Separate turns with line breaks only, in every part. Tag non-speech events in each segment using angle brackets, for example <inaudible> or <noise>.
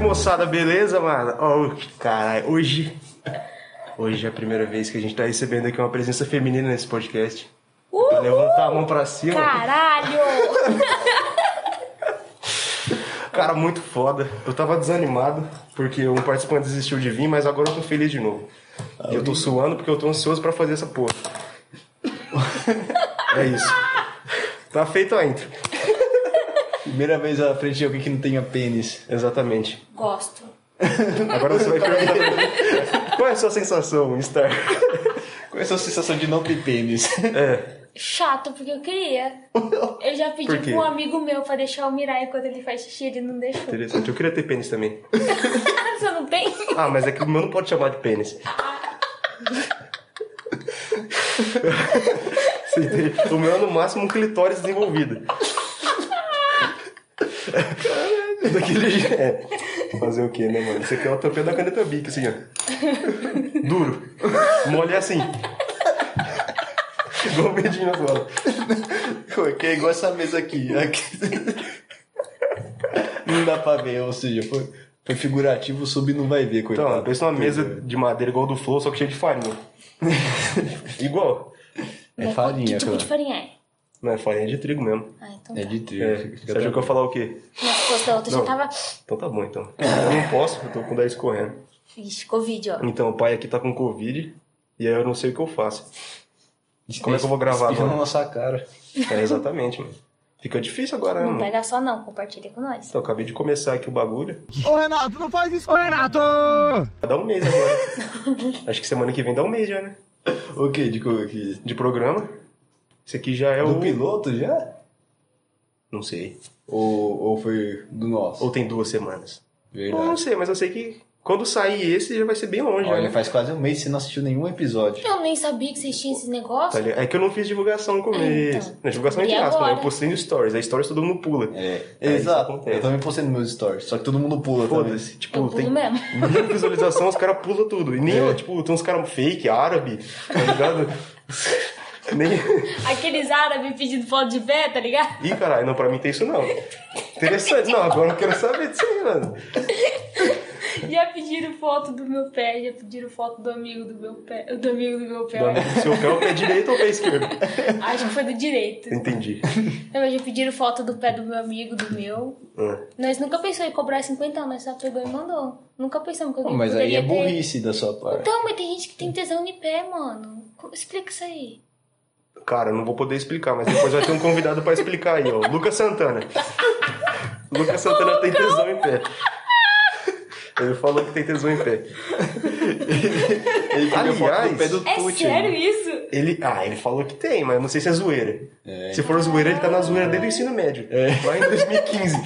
moçada, beleza, mano? Oh, caralho, hoje. Hoje é a primeira vez que a gente tá recebendo aqui uma presença feminina nesse podcast. Pra Levantar a mão pra cima.
Caralho!
Cara, muito foda. Eu tava desanimado porque um participante desistiu de vir, mas agora eu tô feliz de novo. E eu tô suando porque eu tô ansioso pra fazer essa porra. é isso. Tá feito a intro.
Primeira vez eu aprendi alguém que não tenha pênis.
Exatamente.
Gosto.
Agora você vai perguntar pra mim, qual é a sua sensação, Star?
Qual é a sua sensação de não ter pênis? <laughs>
É.
Chato, porque eu queria. Eu já
Por
pedi
quê?
pra um amigo meu pra deixar eu mirar enquanto ele faz xixi, ele não deixou.
Interessante. Eu queria ter pênis também.
<laughs> Você não tem?
Ah, mas é que o meu não pode chamar de pênis. Você entende? O meu é no máximo um clitóris desenvolvido. Daquele jeito. É. Fazer o quê, né, mano? Isso aqui é o tampinha da caneta bic, assim, ó. Duro. Mole é assim. Igual o medinho na bola.
Porque é igual essa mesa aqui. Aqui- <laughs> Não dá pra ver, ou seja, foi, foi figurativo, o sub não vai ver, coitado.
Então, pensa numa mesa de madeira igual do Flow, só que cheia de farinha. igual.
É farinha,
Que tipo de
cara.
farinha é?
Não, é farinha de trigo mesmo.
Ah, então
É
tá.
de trigo.
É, você
fica
achou que eu ia falar o quê?
Nossa, posto da outra já
Não.
tava...
Então tá bom, então. Eu não posso, eu tô com 10 correndo.
Ixi, Covid, ó.
Então, o pai aqui tá com Covid, e aí eu não sei o que eu faço. Como é que eu vou gravar
Espirra
agora?
na nossa cara.
É, exatamente, mano. Fica difícil agora, né,
Não tá
mano?
pega só não, compartilha com nós.
Então, eu acabei de começar aqui o bagulho.
Ô Renato, não faz isso, Renato!
Vai dar um mês agora. Acho que semana que vem dá um mês já, né?
O que? De co- que?
De programa. Esse aqui já é
Do
o...
piloto já?
Não sei.
Ou, ou foi do nosso?
Ou tem duas semanas. Eu não
Verdade.
sei, mas eu sei que quando sair esse já vai ser bem longe,
Olha,
né?
faz quase um mês que você não assistiu nenhum episódio.
Eu nem sabia que vocês tinham esses
Tá
negócios.
ligado? É que eu não fiz divulgação no começo.
Ah, então.
Não, divulgação entre
E
aspas, né?
agora?
Eu postei no stories. Aí stories todo mundo pula.
É,
Aí isso
exato.
acontece.
Eu também postei nos meus stories, só que todo mundo pula também.
Foda-se. Tipo,
Eu pulo
tem
mesmo.
muita visualização, os caras pulam tudo. E nem,
É.
eu, tipo, tem uns caras fake, árabe, tá ligado? <laughs> nem...
Aqueles árabes pedindo foto de pé, tá ligado?
Ih, caralho, não, pra mim tem isso não. Interessante. Não, agora eu quero saber disso aí, mano.
Já pediram foto do meu pé, já pediram foto do amigo do meu pé, do amigo do meu pé.
Do
olha.
amigo do seu pé, é o pé direito ou o pé esquerdo?
Acho que foi do direito.
Entendi.
Não, mas já pediram foto do pé do meu amigo, do meu.
Ah,
Nós nunca pensamos em cobrar 50, mas só pegou e mandou. Nunca pensamos que
Pô,
alguém
Mas aí
poderia
é
ter-
burrice da sua parte.
Então, mas tem gente que tem tesão de pé, mano. Co- Explica isso aí.
Cara, eu não vou poder explicar, mas depois vai ter um convidado pra explicar aí, ó. Lucas Santana. Lucas Santana tem tesão em pé. Ele falou que tem tesão em pé.
Ele queria foto
Aliás-
do pé do
É
Tuti.
sério isso?
Ele, ah, ele falou que tem, mas eu não sei se é zoeira.
É.
Se for zoeira, ele tá na zoeira desde o ensino médio. Lá em
<laughs>
2015.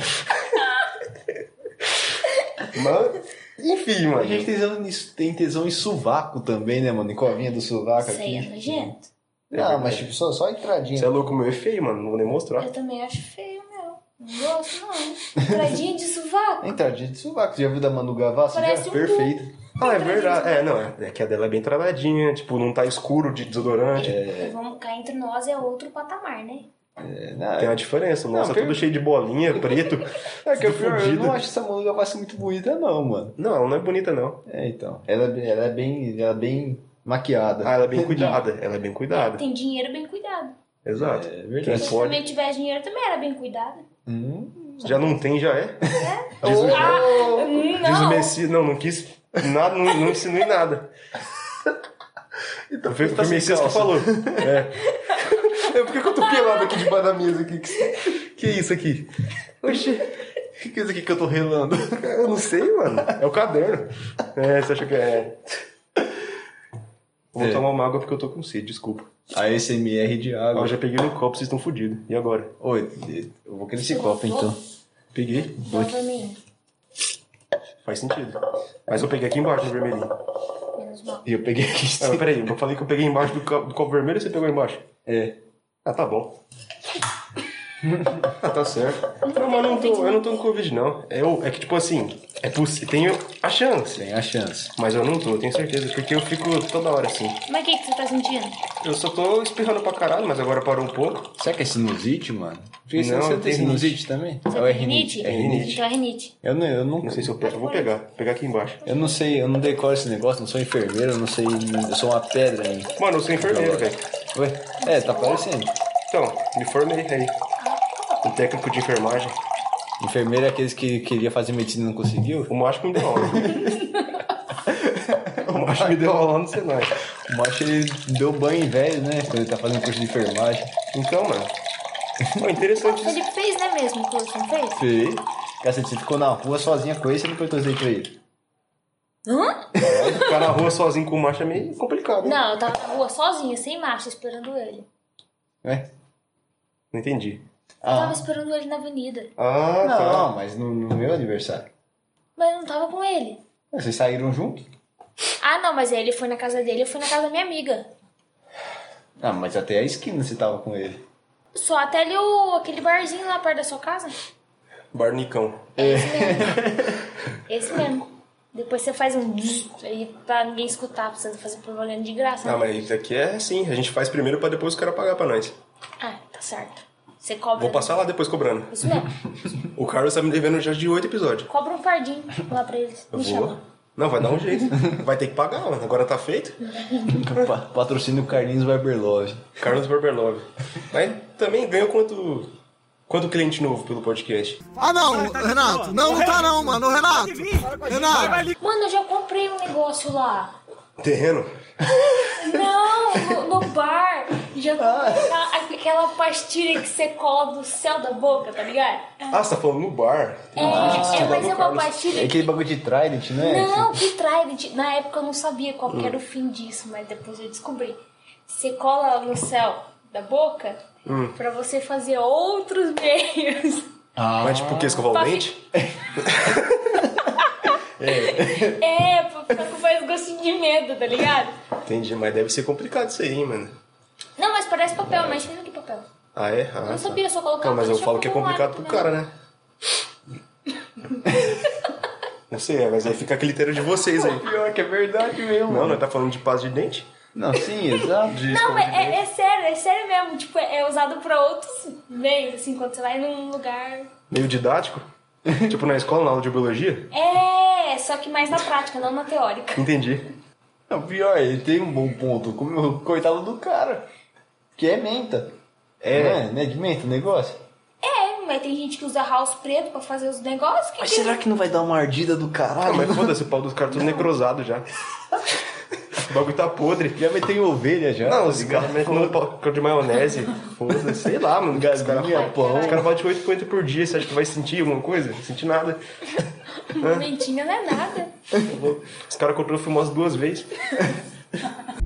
mas, enfim,
A
mano.
gente tem tesão, nisso- tem tesão em sovaco também, né, mano? Em covinha do sovaco
Isso aí é
aqui.
nojento.
Não, mas tipo, só, só entradinha.
Você é louco, meu é feio, mano. Não vou nem mostrar.
Eu também acho feio, meu. Não gosto, não. Tradinha de sovaco.
Entradinha de sovaco. Você já viu da Manu Gavassi?
Parece
já?
um
Perfeito.
Ah, é verdade. É, não, é, é que a dela é bem travadinha, tipo, não tá escuro de desodorante.
E Vamos cá entre nós é outro patamar, né?
É, não,
Tem uma diferença. Nossa,
Não,
tudo
per-
cheio de bolinha, preto.
é que eu,
tudo
eu
fudido.
não acho essa Manu Gavassi muito bonita, não, mano.
Não, ela não é bonita, não.
É, então. Ela, é bem- ela é bem. Ela é bem maquiada.
Ah, ela é bem cuidada. Ela é bem cuidada.
Tem dinheiro bem cuidado.
Exato.
É
Quem
verdade.
Se eu
pode.
também tivesse dinheiro, também era bem cuidado.
Hum.
Já não tem, já é. Diz o,
Ah,
Diz o
não.
Messias. Não, não quis. Nada, não, não ensinei nada. Então, foi
tá
foi o
sem
Messias que
calça.
falou. É.
É porque eu tô pelado aqui debaixo da mesa aqui. Que, é
Que isso aqui? Oxi.
que isso aqui que eu tô relando?
Eu não sei, mano. É o caderno. É, você acha que é. Vou
É.
tomar uma água porque eu tô com sede, desculpa.
A SMR de
Ah, eu
água.
já peguei no copo, vocês estão fodidos. E agora?
Oi, eu vou querer esse copo então.
Peguei.
Dá pra mim.
Faz sentido. Mas eu peguei aqui embaixo no vermelhinho.
Menos mal.
E eu peguei aqui.
Ah, mas peraí, eu falei que eu peguei embaixo do copo, do copo vermelho ou você pegou embaixo?
É.
tá Ah, tá bom. Tá certo. Não, mas eu não tô, eu não tô com Covid, não. É, o- é que, tipo assim, é possível. Tenho a chance.
Tem a chance.
Mas eu não tô, eu tenho certeza, porque eu fico toda hora assim.
Mas o que, que você tá sentindo?
Eu só tô espirrando pra caralho, mas agora parou um pouco.
Será que é sinusite, mano? Porque
Não, é
você
eu
tem
tenho
sinusite também?
Você tem
Ou é
rinite?
rinite? É rinite.
Então é rinite.
Eu não, eu não,
Não sei se eu pego, eu vou pegar. Vou pegar aqui embaixo.
eu não sei, eu não decoro esse negócio, não sou enfermeiro, eu não sei, eu sou uma pedra ainda.
Mano, eu sou enfermeiro, velho.
Ué? É, tá parecendo.
Então, me formei aí. Um técnico de enfermagem.
Enfermeiro é aqueles que queria fazer medicina e não conseguiu?
O macho que me deu aula. o macho me deu aula lá no Senai.
O macho ele deu banho em velho, né? Quando ele tá fazendo curso de enfermagem.
Então, mano. Ó, interessante isso.
Ele fez, né mesmo, o curso, não fez?
Fez. Cacete, você ficou na rua sozinha com ele, você não perguntou isso aí pra ele.
Ficar na rua sozinho com o macho é meio complicado, hein?
Não, eu tava na rua sozinha, sem marcha, esperando ele.
Ué?
Não entendi.
Eu tava
né? Ah,
assim.
esperando ele na avenida.
Ah, tá.
não, mas no, no meu aniversário.
Mas eu não tava com ele.
Vocês saíram juntos?
Ah, não, mas aí ele foi na casa dele, eu fui na casa da minha amiga.
Ah, mas até a esquina você tava com ele.
Só até ali o, aquele barzinho lá perto da sua casa.
Barnicão.
Esse mesmo. Depois você faz um bzz aí pra ninguém escutar, pra você não fazer propaganda de graça.
Ah,
né?
mas isso aqui é assim. A gente faz primeiro pra depois o cara pagar pra nós.
Ah, tá certo. Você cobra.
Vou passar lá depois cobrando.
Isso mesmo.
O Carlos tá me devendo já de oito episódios.
Cobra um fardinho lá pra eles.
Eu
Me
vou.
chama.
Não, vai dar um jeito. Vai ter que pagar, mano. Agora tá feito.
Pa- Patrocínio Carlinhos Barberlove.
Carlos Barberlove. Mas também ganhou quanto. Quanto cliente novo pelo podcast?
Ah não, Renato. Não, não tá não, mano. Ô, Renato. Renato.
Mano, eu já comprei um negócio lá.
Terreno?
Não, no, no bar. Já
Ah.
comprei aquela, aquela pastilha que você cola do céu da boca, tá ligado?
Ah, você tá falando no bar.
É,
Ah,
é, mas
do
é uma
Carlos.
É
pastilha que...
aquele bagulho de Trident,
é
né?
Não, que Trident. Na época eu não sabia qual que era o fim disso, mas depois eu descobri. Você cola no céu da boca
Hum.
pra você fazer outros meios. <laughs>
Mas tipo o que? Escovar o
Pra
dente?
É, pra ficar com mais gostinho de medo, tá ligado?
Entendi, mas deve ser complicado isso aí, hein, mano.
Não, mas parece papel, mas fez que papel.
Ah, é? Ah,
Eu
tá.
não sabia, eu só colocava.
Não, mas eu
deixava
falo que é
como um
complicado pro
hábito
cara, né? Não sei, é, mas aí fica aquele critério de vocês aí.
Pior que é verdade mesmo.
Não, nós tá falando de paz de dente?
Não, sim,
<laughs>
exato.
Não, mas é, é sério, é sério mesmo. Tipo, é é usado pra outros meios, assim, quando você vai num lugar.
Meio didático? tipo na escola, na aula de biologia?
É, só que mais na prática, não na teórica.
Entendi.
Não, pior, ele tem um bom ponto. Como- Coitado do cara. Que é menta. É, né? Não é de menta o negócio?
É, mas tem gente que usa house preto pra fazer os negócios. Que que-
que não vai dar uma ardida do
Ah,
caralho?
mas foda-se, o pau dos caras tudo necrosado já. O bagulho tá podre.
Já meteu em ovelha já? tá
Não, os caras metem no pau de maionese. Foda-se, sei lá, mano. Os caras
Galinha, pão.
os caras batem 8 coisas por dia. Você acha que vai sentir alguma coisa? Não senti nada.
<laughs> Momentinha não é nada.
Os caras controlam fumose duas vezes.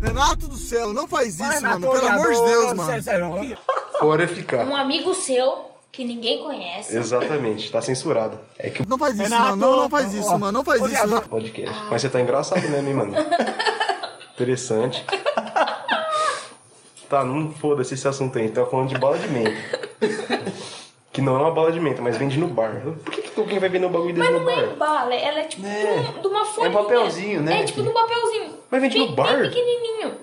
Renato do céu, não faz isso, mano. Pelo amor de Deus, mano.
Fora ficar.
Um amigo seu, que ninguém conhece.
Exatamente, tá censurado.
É que o
Não faz isso, mano. Não, não faz isso, mano. Não faz isso. não.
podcast.
Ah.
Mas você tá engraçado mesmo, hein, mano? Interessante. Tá, não foda-se esse assunto aí. Tá falando de bala de menta. Que não é uma bala de menta, mas vende no bar. Por que, que alguém vai vender um bagulho desse
Mas
no
não é
bar?
bala, ela é tipo
É.
de um- de uma folha.
papelzinho, né?
É tipo de um papelzinho.
Mas vende no
Bem-
bar?
Bem pequenininho.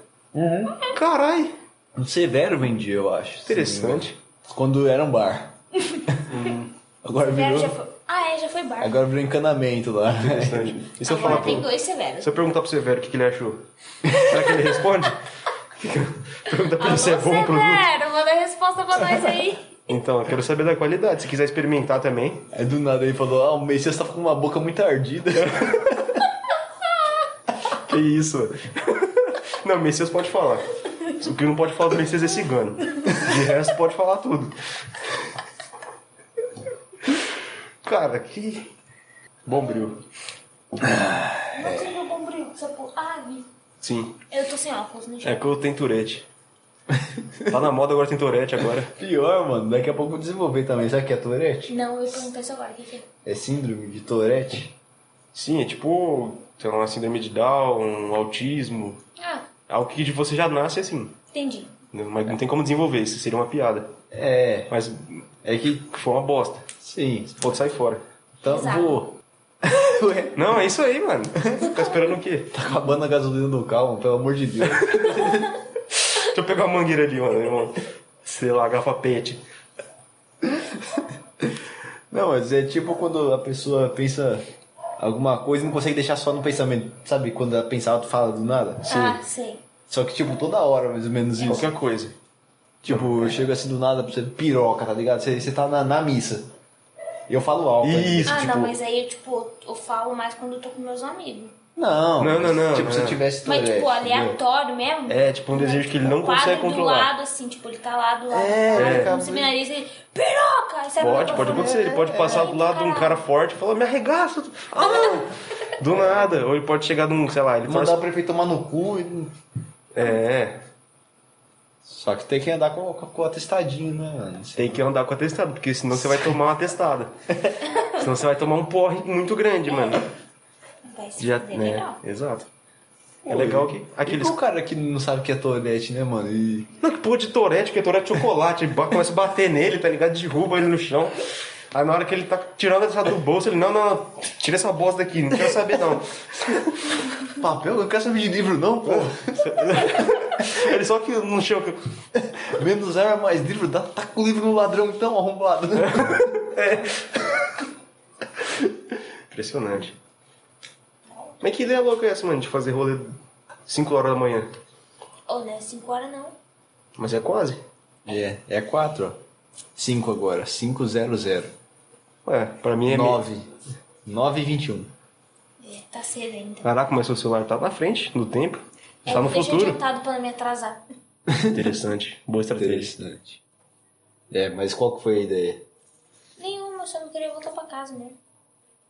Carai!
Um Severo vendia, eu acho.
Interessante.
Sim. Quando era um <laughs> bar. Hum. Agora
Severo já
virou,
foi... Ah, é, já foi bar.
agora virou encanamento lá.
Interessante. E se eu falar
Agora tem
pro...
dois severos.
Se eu perguntar pro Severo o que, que ele achou? Será que ele
<laughs>
responde? Pergunta pra ele se é bom o produto.
Severo, manda a resposta pra
<laughs>
nós aí.
Então, eu quero saber da qualidade. Se quiser experimentar também,
<laughs> Aí do nada ele falou, ah, o Messias tá com uma boca muito ardida.
Que isso? Não, Messias pode falar. O que não pode falar do Messias é cigano. De resto, pode falar tudo. Cara, que. Bombril. É.
Não sei meu bombril, seu pô. Ah, vi.
Sim.
Eu tô sem óculos, né, não
É
enxergo.
que eu tenho turete. Tá na moda agora tem turete agora.
Pior, mano. Daqui a pouco eu vou desenvolver também. Sabe o que é Tourette?
Não, eu perguntei isso agora, o que que é?
É síndrome de Tourette?
Sim, é tipo. Tem uma síndrome de Down, um autismo.
Ah,
Algo que de você já nasce assim.
entendi.
Mas não tem como desenvolver, isso seria uma piada.
É.
Mas
É que.
foi uma bosta.
Sim.
Pode sair fora.
Então
Exato.
vou. <laughs> Ué,
Não, é isso aí, mano. Tá esperando o quê?
tá acabando a gasolina do carro, pelo amor de Deus.
Deixa eu pegar a mangueira ali, mano. irmão. Sei lá, garrafa pet.
Não, mas é tipo quando a pessoa pensa alguma coisa e não consegue deixar só no pensamento. Sabe quando ela pensa alto fala do nada?
Ah, sei.
Só que, tipo, toda hora, mais ou menos isso.
Qualquer coisa.
Tipo, eu chego assim do nada pra você piroca, tá ligado? Você, você tá na, na missa. E eu falo alto. né?
Isso,
ah,
tipo.
não, mas aí eu, tipo, eu falo mais quando eu tô com meus amigos.
Não,
Não,
mas,
não, não,
Tipo, se eu
não.
tivesse
Mas, tipo,
Tourette, entendeu?
aleatório mesmo.
É, tipo, um desejo que ele não
O quadro
consegue
do
controlar.
lado, assim, tipo, ele tá lá do lado.
É,
do lado,
é.
um seminarista, ele... Piroca! Aí sai
Pode,
pra
pode
fora.
acontecer. Ele
é,
pode passar do lado de um cara forte e falar, me arregaça. Ah! Do nada. Ou ele pode chegar num, sei lá, ele
Mandar
torce.
o prefeito tomar no cu. e-
É,
Só que tem que andar com, com, com o atestadinho, né, mano?
tem que andar com atestado, porque senão você vai tomar uma atestada. senão você vai tomar um porre muito grande, mano.
Vai se
Já,
fuder,
né?
legal.
Exato. É legal que aqueles.
E o cara que não sabe o que é toilette, né, mano? E...
Não, que porra de Torete, porque Torete é chocolate. <laughs> ba- Começa a bater nele, tá ligado? Derruba ele no chão. Aí na hora que ele tá tirando essa do bolso, ele, não, não, não, tira essa bosta daqui, não quero saber não. <laughs>
Papel? Eu não quero saber de livro, não, pô.
Ele só que no chão. que-
Menos arma, mais livro. Dá, tá com o livro no ladrão, então, arrombado.
Impressionante. Mas que ideia louca é essa, mano, de fazer rolê 5 horas da manhã?
Ou não é 5 horas, não.
Mas é quase.
<laughs> É, é quatro, ó. Cinco agora. Cinco, zero, zero.
Ué, pra mim é. meio-
Nove. Nove e vinte e um.
É, tá cedo ainda.
Caraca, mas seu celular tá na frente, no tempo.
É,
tá no
deixa
futuro.
adiantado pra não me atrasar.
Interessante. Boa estratégia.
Interessante. É, mas qual que foi a ideia?
Nenhuma, eu só não queria voltar pra casa mesmo.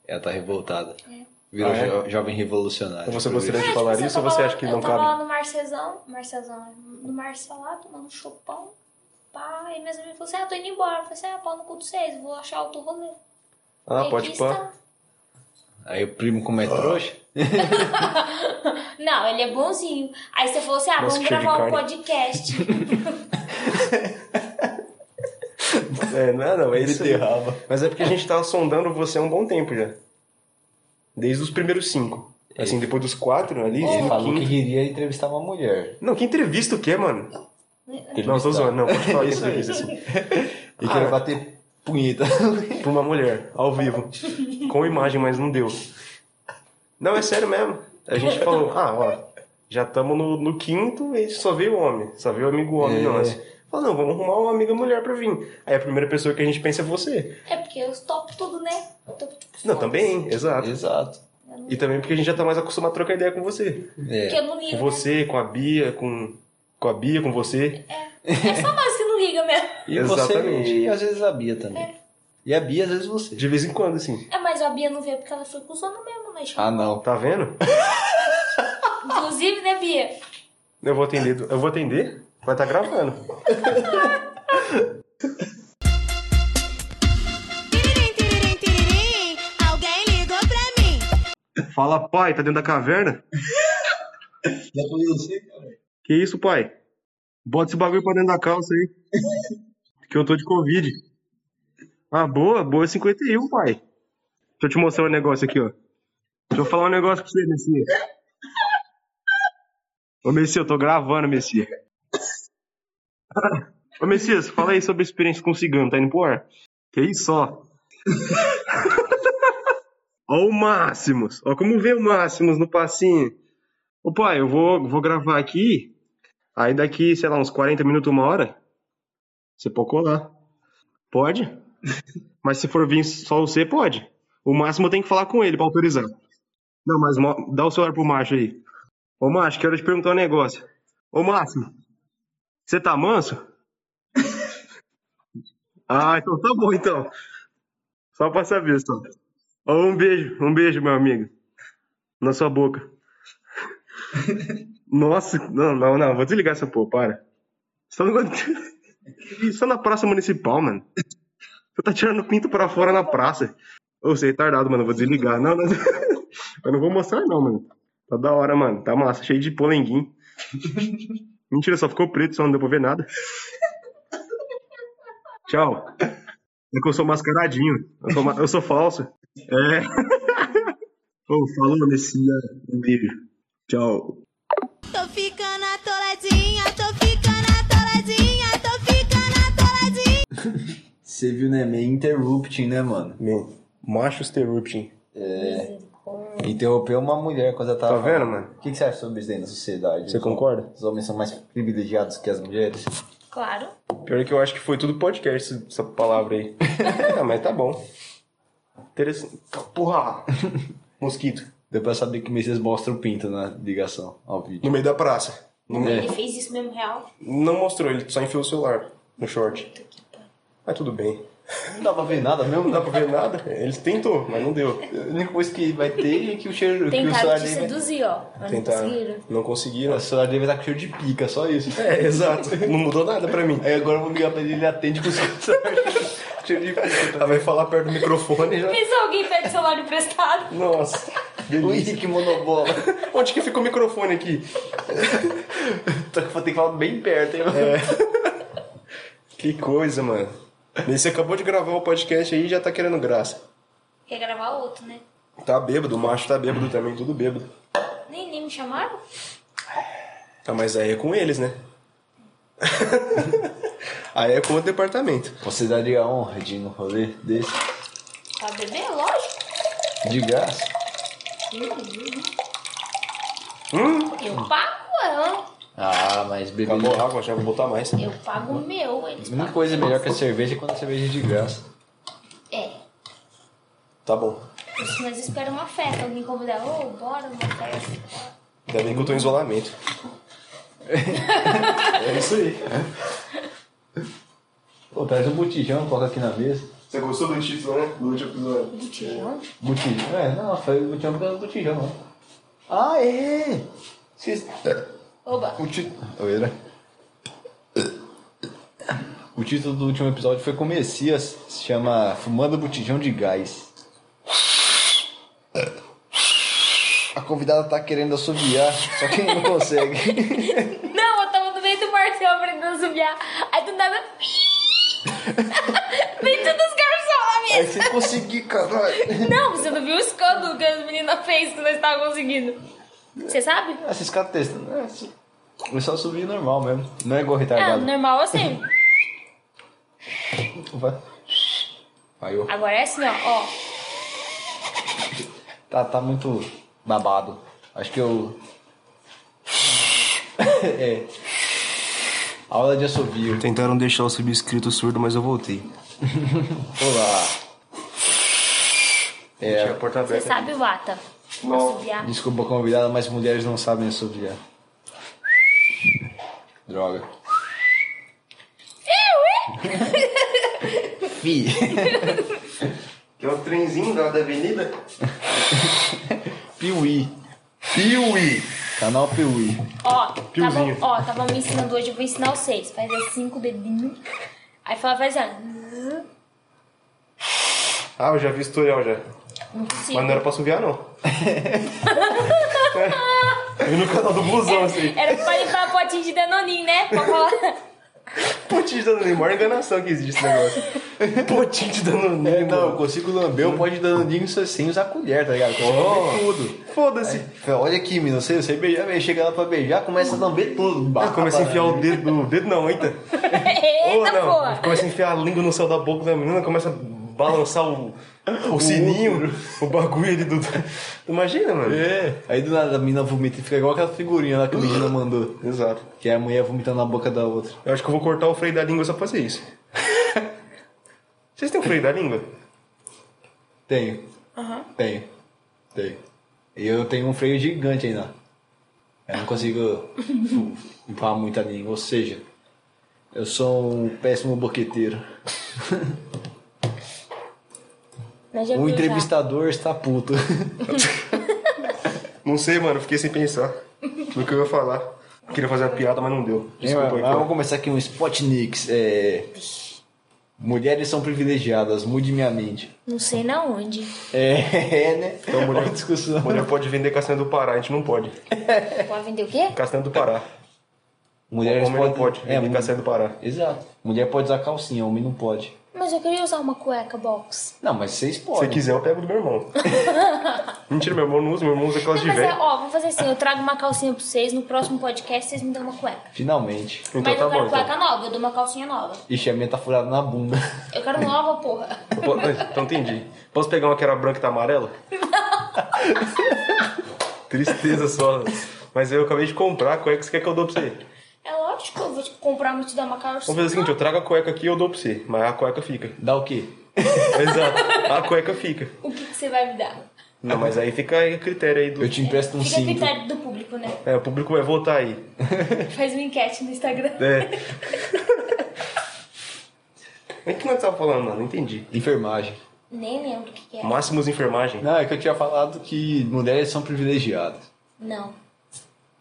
Ela tá revoltada.
É.
Virou
Ah, é?
jo- jovem revolucionária.
Você gostaria de
É,
falar
tipo, se eu
isso ou
tava
você
lá-
acha que não
eu tava lá
cabe?
no Marcezão, Marcezão, no Marcelá, tomando um chopão, pá, e meus amigos falaram assim, ah, eu tô indo embora. Eu falei assim, ah, pau no cu de vocês, vou achar outro rolê.
Ah,
E
pode
aqui
pá.
está.
Aí o primo, como é trouxa,
<laughs> Não, ele é bonzinho. Aí você falou assim, ah,
Nossa,
vamos
que cheiro de
gravar um
carne.
podcast. <laughs>
É, não é não, é
ele
isso aí.
derraba.
Mas é porque a gente tava sondando você há um bom tempo já. Desde os primeiros cinco. Assim, depois dos quatro ali.
É. Ele
no
falou que
quinto.
iria entrevistar uma mulher.
Não, que entrevista o quê, mano? Não, tô
Entrevistar.
zoando. Não, pode
<laughs>
falar isso aí. assim,
E
Ah.
queria bater
<laughs>
punheta.
Pra uma mulher, ao vivo. Com imagem, mas não deu. Não, é sério mesmo. A gente falou, ah, ó, já estamos no, no quinto e só veio homem. Só veio amigo homem
É.
nosso. Falou, não, vamos arrumar uma amiga mulher pra vir. Aí a primeira pessoa que a gente pensa é você.
é porque eu topo tudo, né? Eu topo tudo.
Não, também, exato.
Exato.
E também porque a gente já tá mais acostumado a trocar ideia com você.
Porque
É.
eu não ligo,
Com
né?
você, com a Bia, com, com a Bia, com você.
É só nós que não liga mesmo.
E
Exatamente. É.
você, e às vezes a Bia também. E a Bia, às vezes você.
De vez em quando, assim.
É, mas a Bia não veio porque ela foi cuzona mesmo, né?
Ah, não.
Tá vendo? Ah.
Inclusive, né, Bia?
Eu vou atender. do- Eu vou atender? Vai tá gravando.
Alguém ligou pra mim.
Fala, pai, tá dentro da caverna?
Já tô indo você, cara.
Que isso, pai? Bota esse bagulho pra dentro da calça aí. que eu tô de Covid. Ah, boa, boa 51, pai. Deixa eu te mostrar um negócio aqui, ó. Deixa eu falar um negócio pra você, Messias. Ô, Messias, eu tô gravando, <laughs> Messias. Ô, Messias, fala aí sobre a experiência com o cigano. Tá indo pro ar? Que isso, ó. <laughs> ó o Máximos. Ó como vê o Máximos no passinho. Ô pai, eu vou, vou gravar aqui. Aí daqui, sei lá, uns 40 minutos, uma hora, você pode colar. <laughs> Pode? mas se for vir só você, pode. O máximo tem que falar com ele pra autorizar. Não, mas mo- dá o celular pro macho aí. Ô macho, quero te perguntar um negócio. Ô máximo, você tá manso? ah, então tá bom então. Só pra saber, só. Ô, um beijo, um beijo, meu amigo. Na sua boca. Nossa, não, não, não, vou desligar essa porra, para. Você tá no... <laughs> Só na praça municipal, mano. Você tá tirando o pinto pra fora na praça. Ô, você é retardado, mano, eu vou desligar. Não, <laughs> não. <laughs> Eu não vou mostrar, não, mano. Tá da hora, mano. Tá massa, cheio de polenguinho. Mentira, só ficou preto, só não deu pra ver nada. Tchau. É que eu sou mascaradinho. Eu sou, ma- eu sou falso. É. <laughs> Ô, falou nesse né, vídeo. Tchau.
Tô ficando atoladinha, tô ficando atoladinha, tô ficando atoladinha.
Você viu, né? Meio interrupting, né, mano?
Meu, machos terrupting.
Interrompeu uma mulher quando ela tava.
Tá vendo,
falando.
mano?
O que, que você acha sobre isso daí na sociedade?
Você
Os-
concorda?
Os homens são mais privilegiados que as mulheres?
Claro.
Pior é que eu acho que foi tudo podcast essa- essa palavra <laughs> aí. ah, mas tá bom. Interessante. Porra! <laughs> Mosquito.
Deu pra saber que o Messias mostra o pinto na ligação ao vídeo.
No meio da praça. É.
Ele fez isso mesmo real.
Não mostrou, ele só enfiou o celular no short. Mas tudo bem.
Não dá pra ver nada mesmo,
Não dá pra ver nada. Ele tentou, mas não deu.
A única coisa que vai ter é que o cheiro. que o
Tentaram
celular
te
dele vai-
seduzir, ó. Mas não
né? Tentaram.
conseguiram.
Não
O
conseguiram.
celular dele vai estar com cheiro de pica, só isso.
É, exato. <laughs> Não mudou nada pra mim.
Aí agora eu vou ligar pra ele ele atende com o celular. <laughs> cheiro de pica.
Ela tá, vai falar perto do microfone e já.
Pensa alguém pede celular emprestado.
Nossa.
O
Delícia.
Henrique monobola.
Onde que fica o microfone aqui?
Só que eu vou ter que falar bem perto, hein, mano?
É. Que coisa, mano. Você acabou de gravar o podcast aí e já tá querendo graça.
Quer gravar outro, né?
Tá bêbado, o macho tá bêbado também, tudo bêbado.
Nem, nem me chamaram?
Ah, mas aí é com eles, né? <laughs> aí é com o departamento.
Você daria a honra de ir num rolê desse?
Pra beber, lógico.
De graça?
Eu pago, não.
Ah, mas bebê.
Acabou a água, já vou botar mais.
Eu pago o meu. Eles
Uma
pagam.
coisa melhor que a cerveja é quando a cerveja é de graça.
É.
Tá bom.
Nós esperamos uma festa. Alguém convidar. Ô, bora uma festa.
Ainda bem que eu tô em isolamento. é isso aí.
É? Pô, traz um botijão, coloca aqui na mesa.
Você gostou do título, né? Do último episódio.
Do tijão.
Botijão? É, não, foi o botijão por causa do botijão, né? Ah, é! Vocês-
É.
Oba.
O título. Oi, né? O título do último episódio foi com o Messias, se chama Fumando Botijão de Gás.
É.
A convidada tá querendo assobiar, só que não consegue. <laughs>
Não, eu tava no meio do Marcel aprendendo a subiar. Aí do nada. <laughs> Vem todos os garçons na minha.
Aí você consegui, caralho.
Não, você não viu o escândalo que as meninas fez que nós tava conseguindo. Você sabe?
Ah, Esses caras testam. né? É só subir normal mesmo. Não é igual
Ah,
retardado.
normal assim.
Vai. Aí eu.
Agora é assim, ó. ó.
Tá, tá muito babado. Acho que eu. <laughs> é. Aula de assobio.
Tentaram deixar o subscrito surdo, mas eu voltei.
Olá.
Deixa a
É,
porta
Você
aberta.
sabe, Vata? Assobiar.
desculpa convidada, mas mulheres não sabem assobiar. Droga. Fi.
Que é o trenzinho da da avenida?
Piuí.
Piuí!
Canal Piuí.
Ó, tava,
Piozinho.
ó, tava me ensinando hoje, eu vou ensinar os seis. Faz assim com o dedinho. Aí fala, faz assim.
Ah, eu já vi esse tutorial já.
Não consigo.
Mas não era pra suviar,
<laughs>
não. Eu vi no canal do Busão, assim.
Era pra limpar potinho de danoninho, né? Pra falar.
<laughs> Potinho de Danone, maior enganação que existe esse <laughs> negócio. Potinho de Danone.
É, não, eu
mano.
consigo lamber o pó de danadinho sem usar colher, tá ligado? Eu consigo
Oh.
lamber tudo.
Foda-se.
Fala, Olha aqui, menino, você, você beijar, bem, chega lá pra beijar, começa a lamber tudo.
Ah, começa a enfiar o dedo, o dedo não, eita. Ou
Eita,
não,
porra!
começa a enfiar a língua no céu da boca da menina, começa a balançar o, o sininho, o bagulho ali do... Imagina, mano.
É. Aí do nada a menina vomita e fica igual aquela figurinha lá que a menina mandou.
Uh. Exato.
Que é a mulher vomitando na boca da outra.
Eu acho que eu vou cortar o freio da língua só pra fazer isso. Vocês têm o freio da língua?
Tenho. Tenho. Tenho. E eu tenho um freio gigante ainda. Eu não consigo fu- empurrar muita língua. Ou seja, eu sou um péssimo boqueteiro.
Nós já
O
viu já.
entrevistador está <laughs> puto.
Não sei, mano, fiquei sem pensar no que eu ia falar. Queria fazer uma piada, mas não deu.
Mas
Desculpa aí,
vamos
cara.
começar aqui um Spot Nix. É... Mulheres são privilegiadas, mude minha mente.
Não sei na onde.
É, <laughs> é, né?
Então, mulher-
Olha a discussão.
Mulher pode vender castanha do Pará, a gente não pode.
Pode vender o quê?
Castanha do Pará.
Mulheres
homem não
podem-
pode,
é,
ele tem que
mu-
sair do Pará.
Exato. Mulher pode usar calcinha, homem não pode.
Mas eu queria usar uma cueca box.
Não, mas vocês
Se
podem.
quiser, eu pego do meu
<laughs>
irmão. Mentira, meu irmão não usa, meu irmão usa aquelas
Não,
de
mas é,
velho.
ó, vou fazer assim, eu trago uma calcinha pra vocês, no próximo podcast vocês me dão uma cueca.
Finalmente.
Então
mas
tá
eu quero
bom,
cueca
então.
nova, eu dou uma calcinha nova.
Ixi, a minha tá furada na bunda. <laughs>
Eu quero nova, porra.
Pô, Então entendi. Posso pegar uma que era branca e tá amarela? Tristeza só. Mas eu acabei de comprar a cueca, você quer que eu dou pra você?
É lógico, eu vou te comprar uma e te dar uma calcinha.
Vamos fazer o seguinte, eu trago a cueca aqui e eu dou pra você. Mas a cueca fica. <laughs>
Dá o quê?
Exato. A cueca fica.
O que, que você vai me dar?
Não, mas aí fica aí o critério aí do...
Eu te empresto um
Fica a
cinto.
critério do público, né? <laughs>
É, o público vai votar aí.
Faz uma enquete no Instagram.
<laughs> É. O que nós tava falando, mano? Não entendi.
Enfermagem.
Nem lembro o que, que é.
Máximos enfermagem.
Não, é que eu tinha falado que mulheres são privilegiadas.
Não.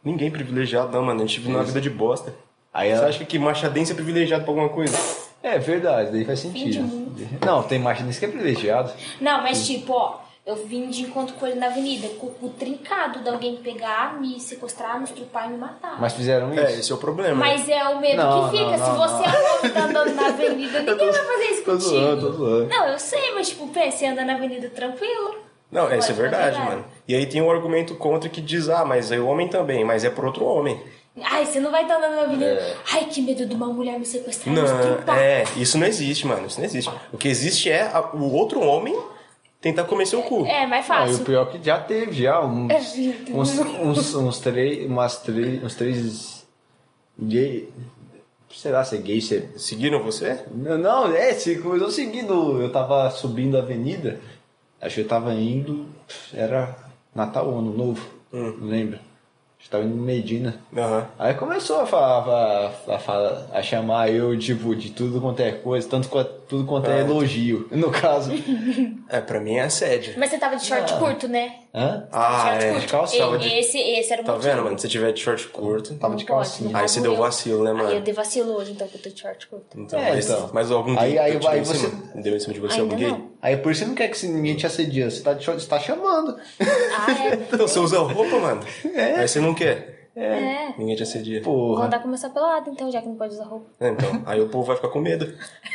Ninguém privilegiado, não, mano. A gente vive numa vida de bosta.
Aí
Você
ela...
acha que machadense é privilegiado pra alguma coisa?
É verdade, daí faz sentido. Não, tem machinista que é privilegiado.
Não, mas tipo, ó, eu vim de encontro com ele na avenida, com o cu trincado de alguém pegar, me sequestrar, me estrupar e me matar. Mas,
Mas fizeram isso.
É, esse é o problema. né?
é o medo
Não,
que fica. Se
não, não,
você é um homem tá andando na
<laughs>
avenida, ninguém vai fazer isso
tô
contigo.
zoando, tô zoando.
Não, eu sei, mas tipo, pé, você anda na avenida tranquilo.
Não,
Você
isso
tá
é
pode
verdade,
fazer
mano. E aí tem um argumento contra que diz, ah, mas é o homem também, mas é por outro homem.
nada. Ai, você não vai estar andando na avenida.
É.
Ai, que medo de uma mulher me
um
sequestrar e me
Não,
estrupar.
é, isso não existe, mano. Isso não existe. O que existe é a- o outro homem tentar comer seu cu.
É, mais
Não, e
fácil.
o pior que já teve, já. Uns,
É, gente.
uns, uns, uns três. Umas três. Uns três. Gay. Será se é gay? Se é...
Seguiram você?
Não, não, é, se começou seguindo. Eu tava subindo a avenida. Acho que eu tava indo. Era Natal ou Ano Novo. Não lembro. Acho que tava indo em Medina.
Aham.
Aí começou a, falar, a, falar- a chamar eu, tipo, de tudo quanto é coisa, tanto quanto, tudo quanto é elogio, no caso.
É, pra mim é assédio.
Mas você tava de short
Não.
curto, né?
Hã?
Ah,
short
é.
curto.
calça,
E-
tava de-
Esse, esse era o
Tá
motivo.
vendo, mano? Se tiver de short curto. tá
Tava de
Não pode,
calcinha.
não
Aí
pode.
você deu vacilo, né,
Aí eu
mano?
dei vacilo hoje, então, que eu tô de short curto.
Então,
É,
mas,
então.
mas algum
Aí-
gay
aí-
te deu
aí
em
você-
cima? Deu em cima de você
Ainda
algum gay?
não.
Aí por isso não quer que se- ninguém te assedia, você tá, de short- você tá chamando.
Ah, é.
Então você usa roupa, mano. Aí você não quer. <laughs>
É.
Ninguém te assedia.
Vou
Porra. <laughs>
andar começar pelado, então, já que não pode usar roupa.
É, Então, aí o povo vai ficar com medo.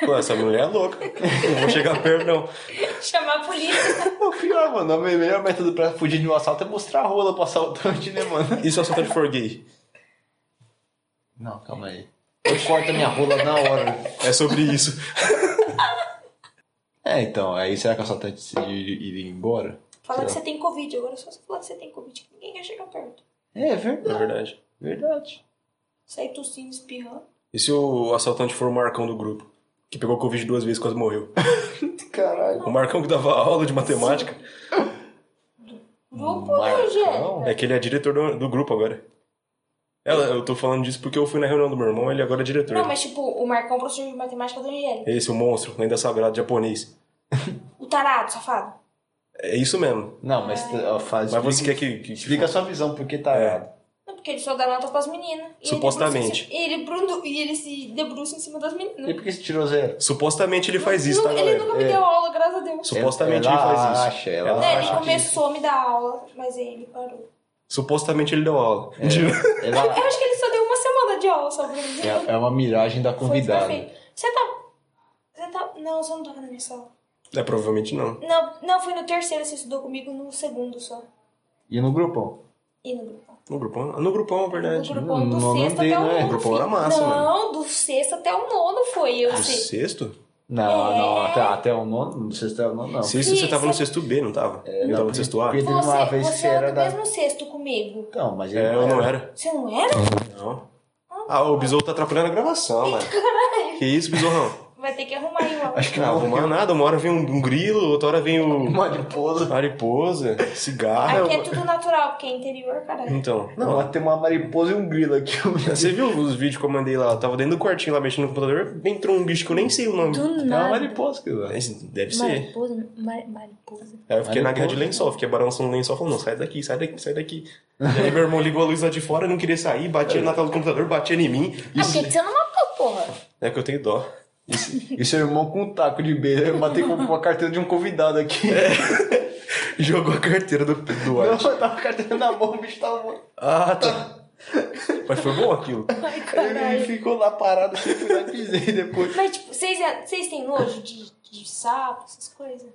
Pô, essa mulher é louca. Não vou chegar perto, não.
Chamar a polícia.
O pior, mano, o melhor método pra fugir de um assalto é mostrar a rola pro assaltante, né, mano?
E se o assaltante for gay?
<laughs> Não, calma aí. Eu corto a minha rola na hora.
É sobre isso.
É, então, aí será que o assaltante se- iria embora?
Fala que
Tá.
Será?
você tem Covid. Agora é só você falar que você tem Covid, que ninguém quer chegar perto.
É
É
verdade,
verdade.
verdade.
Sai tossindo, espirrando.
E se o assaltante for o Marcão do grupo? Que pegou Covid duas vezes e
<laughs>
quase morreu.
Caralho.
O Marcão que dava aula de matemática.
Grupo,
Marcão?
É que ele é diretor do, do grupo agora. Ela, eu tô falando disso porque eu fui na reunião do meu irmão, ele agora é diretor.
Não, mas tipo, o Marcão é um professor de matemática do Angélica.
Esse, o monstro, lenda sagrada japonês.
O tarado, safado.
É isso mesmo.
Não, é. mas ó, faz.
Mas você
explica-
quer que. que-
Explica a sua visão, porque tá
É.
errado.
Não, porque ele só dá nota pras meninas. E ele
Supostamente.
debruça em cima- E ele, brundo- e ele se debruça em cima das meninas.
E por que você tirou zero?
Supostamente ele faz isso, tá,
Nunca- ele
galera?
nunca me deu aula, graças a Deus.
Supostamente
Ela
ele faz isso.
acha, ela
Não, ele
acha que-
começou a me dar aula, mas aí ele parou.
Supostamente ele deu aula. Mentira.
Ela-
Eu acho que ele só deu uma semana de aula só pra mim. né?
é, é uma miragem da
Foi pra
convidada.
frente. Você tá. Você tá. Não, você não tava na minha sala.
<laughs> É, provavelmente não.
Não, não, foi no terceiro, você estudou comigo no segundo só.
E no grupão?
E no grupo.
No grupão? No grupão, é
No
tipo,
verdade.
grupão do
não
sexto
andei,
até o
né?
nono.
O grupão
filho.
era massa,
não, do sexto até o nono foi eu
No
sei.
sexto?
Não,
É.
não, até, até o nono, não sei se até o nono, não.
Sexto você
Sim,
tava no
sim.
sexto B, não tava? eu
É, não,
tava no
porque-
sexto A?
porque- Teve uma
Você,
vez que
você era
era
do
da-
mesmo sexto comigo.
Então, mas ele
É, eu não era.
Você não era?
Não. Ah, o Besouro tá atrapalhando a gravação, mano. Que isso, Besourrão?
<laughs> Vai ter que arrumar aí uma.
É. Acho <laughs> que
Não,
não. <laughs>
arrumar nada. Uma hora vem um, um grilo, outra hora vem o...
Mariposa.
Mariposa, cigarro.
Aqui é tudo natural, porque é interior, caralho.
Então,
Não,
não.
mas tem uma mariposa e um grilo aqui.
Você viu os vídeos que eu mandei lá? Eu tava dentro do quartinho lá mexendo no computador, entrou um bicho que eu nem sei o nome.
Do
É uma
nada.
mariposa, que lá.
Mas Deve ser.
Mariposa. mar- Mariposa.
Aí eu fiquei na
Mariposa.
guerra de lençol, fiquei balançando o lençol falando, não, sai daqui, sai daqui, sai daqui. E aí meu irmão ligou a luz lá de fora, não queria sair, batia na tela do computador, batia em mim.
Ah, por que que você não matou, porra?
É que eu tenho dó.
E seu irmão com um taco de beira, eu matei com com a carteira de um convidado aqui. <laughs>
Jogou a carteira do, do
É. Não,
Arte.
eu tava com a carteira na mão, o bicho tava...
Ah, tá.
Mas foi bom aquilo.
Ai,
Ele
caralho.
ficou lá parado, assim, eu fui lá e pisei depois.
Mas, tipo, vocês vocês têm nojo de, de sapo, essas coisas?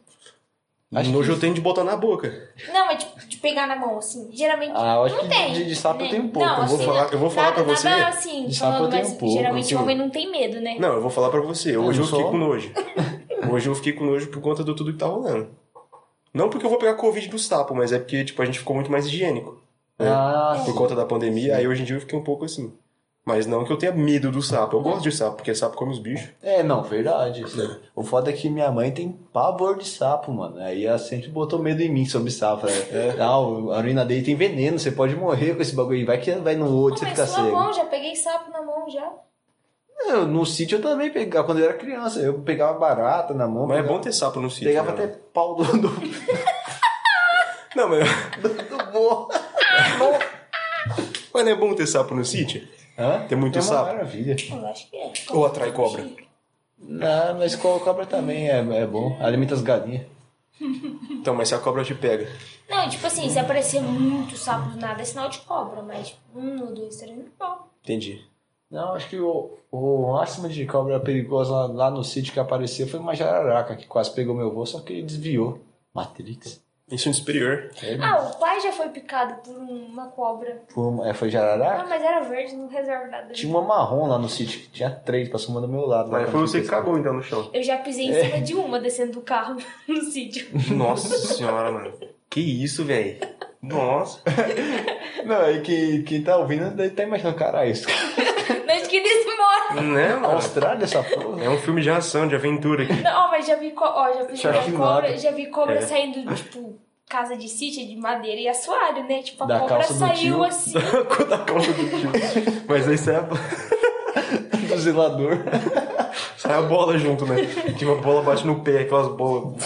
Acho
Nojo eu tenho de botar na boca.
Não, mas tipo, de pegar na mão, assim. Geralmente
Ah, eu acho
não
que
tem.
de- de sapo
né?
eu tenho um pouco.
Não,
Eu vou
assim,
falar- eu vou falar
nada,
pra você,
Nada assim,
de sapo eu
falando,
tenho
mas
um pouco,
geralmente
assim.
o homem não tem medo, né?
Não, eu vou falar pra você. Hoje eu
só?
fiquei com nojo. Hoje eu fiquei com nojo por conta de tudo que tá rolando. Não porque eu vou pegar Covid do sapo, mas é porque, tipo, a gente ficou muito mais higiênico. É.
Ah,
Por conta da pandemia, aí hoje em dia eu fiquei um pouco assim. Mas não que eu tenha medo do sapo. Eu gosto de sapo, porque sapo come os bichos.
É, não, verdade. O foda é que minha mãe tem pavor de sapo, mano. Aí ela sempre botou medo em mim sobre sapo. Né? Não, a urina dele tem veneno, você pode morrer com esse bagulho. aí. Vai que vai no
Pô,
outro, você
mas
fica
é sua
cego.
mão, já peguei sapo na mão já.
Eu, no sítio eu também pegava, quando eu era criança, eu pegava barata na mão.
Mas é
pegava,
bom ter sapo no sítio.
Pegava
né?
até pau do, do, do,
Não, mas...
do morro.
mas não é bom ter sapo no sítio?
Hã?
Tem muito
é uma
sapo.
maravilha.
Eu acho que é.
Ou atrai cobra.
Não, mas co- cobra também é, é bom. Alimenta as galinhas.
Então, mas se a cobra te pega.
Não, tipo assim, se aparecer muito sapo do nada, é sinal de cobra, mas tipo, um ou dois, três, não pau.
Entendi.
Não, acho que o, o máximo de cobra perigosa lá, lá no sítio que apareceu foi uma jararaca que quase pegou meu voo, só que ele desviou. Matrix.
Isso é um superior.
É,
Ah, o pai já foi picado por uma cobra.
foi, uma- é, foi
Ah,
jararaca?
mas era verde, não resolve nada.
Tinha uma marrom lá no sítio, tinha três, passou uma do meu lado. né, lá
Mas foi
quando
você
fui
que
pescar.
cagou então no chão.
Eu já pisei
É.
em cima de uma descendo do carro <laughs> no sítio.
Nossa senhora, mano. Que isso, velho. Nossa.
Não, e que, quem tá ouvindo deve tá imaginando, caralho, isso
Mas que eles moram.
Né,
na
mano?
Austrália essa porra. <laughs>
É um filme de ação, de aventura aqui. <laughs>
Não, mas já vi, co ó, já vi
Shark
cobra,
nada.
já vi cobra
É.
saindo, tipo, casa de sítio, de madeira e assoalho, né? Tipo, a
Da
cobra
calça do
saiu
tio.
assim.
Quando a cobra do tio. Mas aí sai a,
Do zelador.
sai a bola junto, né? Tipo, a bola bate no pé, aquelas bolas.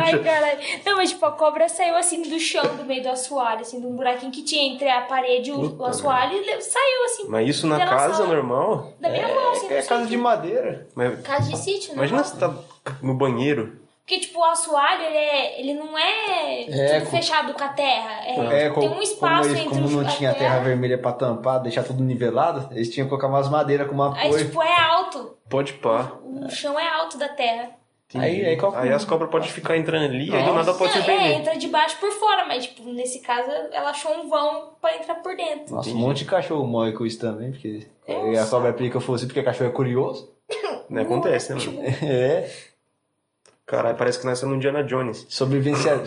Ai, caralho. Não, mas tipo, a cobra saiu assim do chão, do meio do assoalho, assim, de um buraquinho que tinha entre a parede e o,
Puta,
o assoalho, e le- saiu assim.
Mas isso na
Dela
casa
sala.
normal?
Da minha mão, assim,
É
não sei.
casa de madeira.
Mas-
Casa de sítio, né?
imagina se tá no banheiro.
Porque, tipo, o assoalho, ele, é, ele não é,
É,
tudo
com-
fechado com a terra. É,
É, co-
tem um espaço
como, eles-
entre
como
os-
não
a
tinha terra vermelha pra tampar, deixar tudo nivelado, eles tinham que colocar umas madeiras com uma
Aí,
coisa.
tipo, é alto.
Pode pá.
O chão é alto da terra.
Aí- aí qual-
Aí é? as cobras podem ficar entrando ali, aí do nada pode
Não,
se
é,
perder.
entra de baixo por fora, mas, tipo, nesse caso, ela achou um vão pra entrar por dentro.
Nossa, um monte de cachorro morre com isso também, porque é, a cobra pica fosse porque cachorro é curioso. <laughs>
Né, acontece, né, mano?
É,
Caralho, parece que nós estamos no Indiana Jones.
sobrevivencia-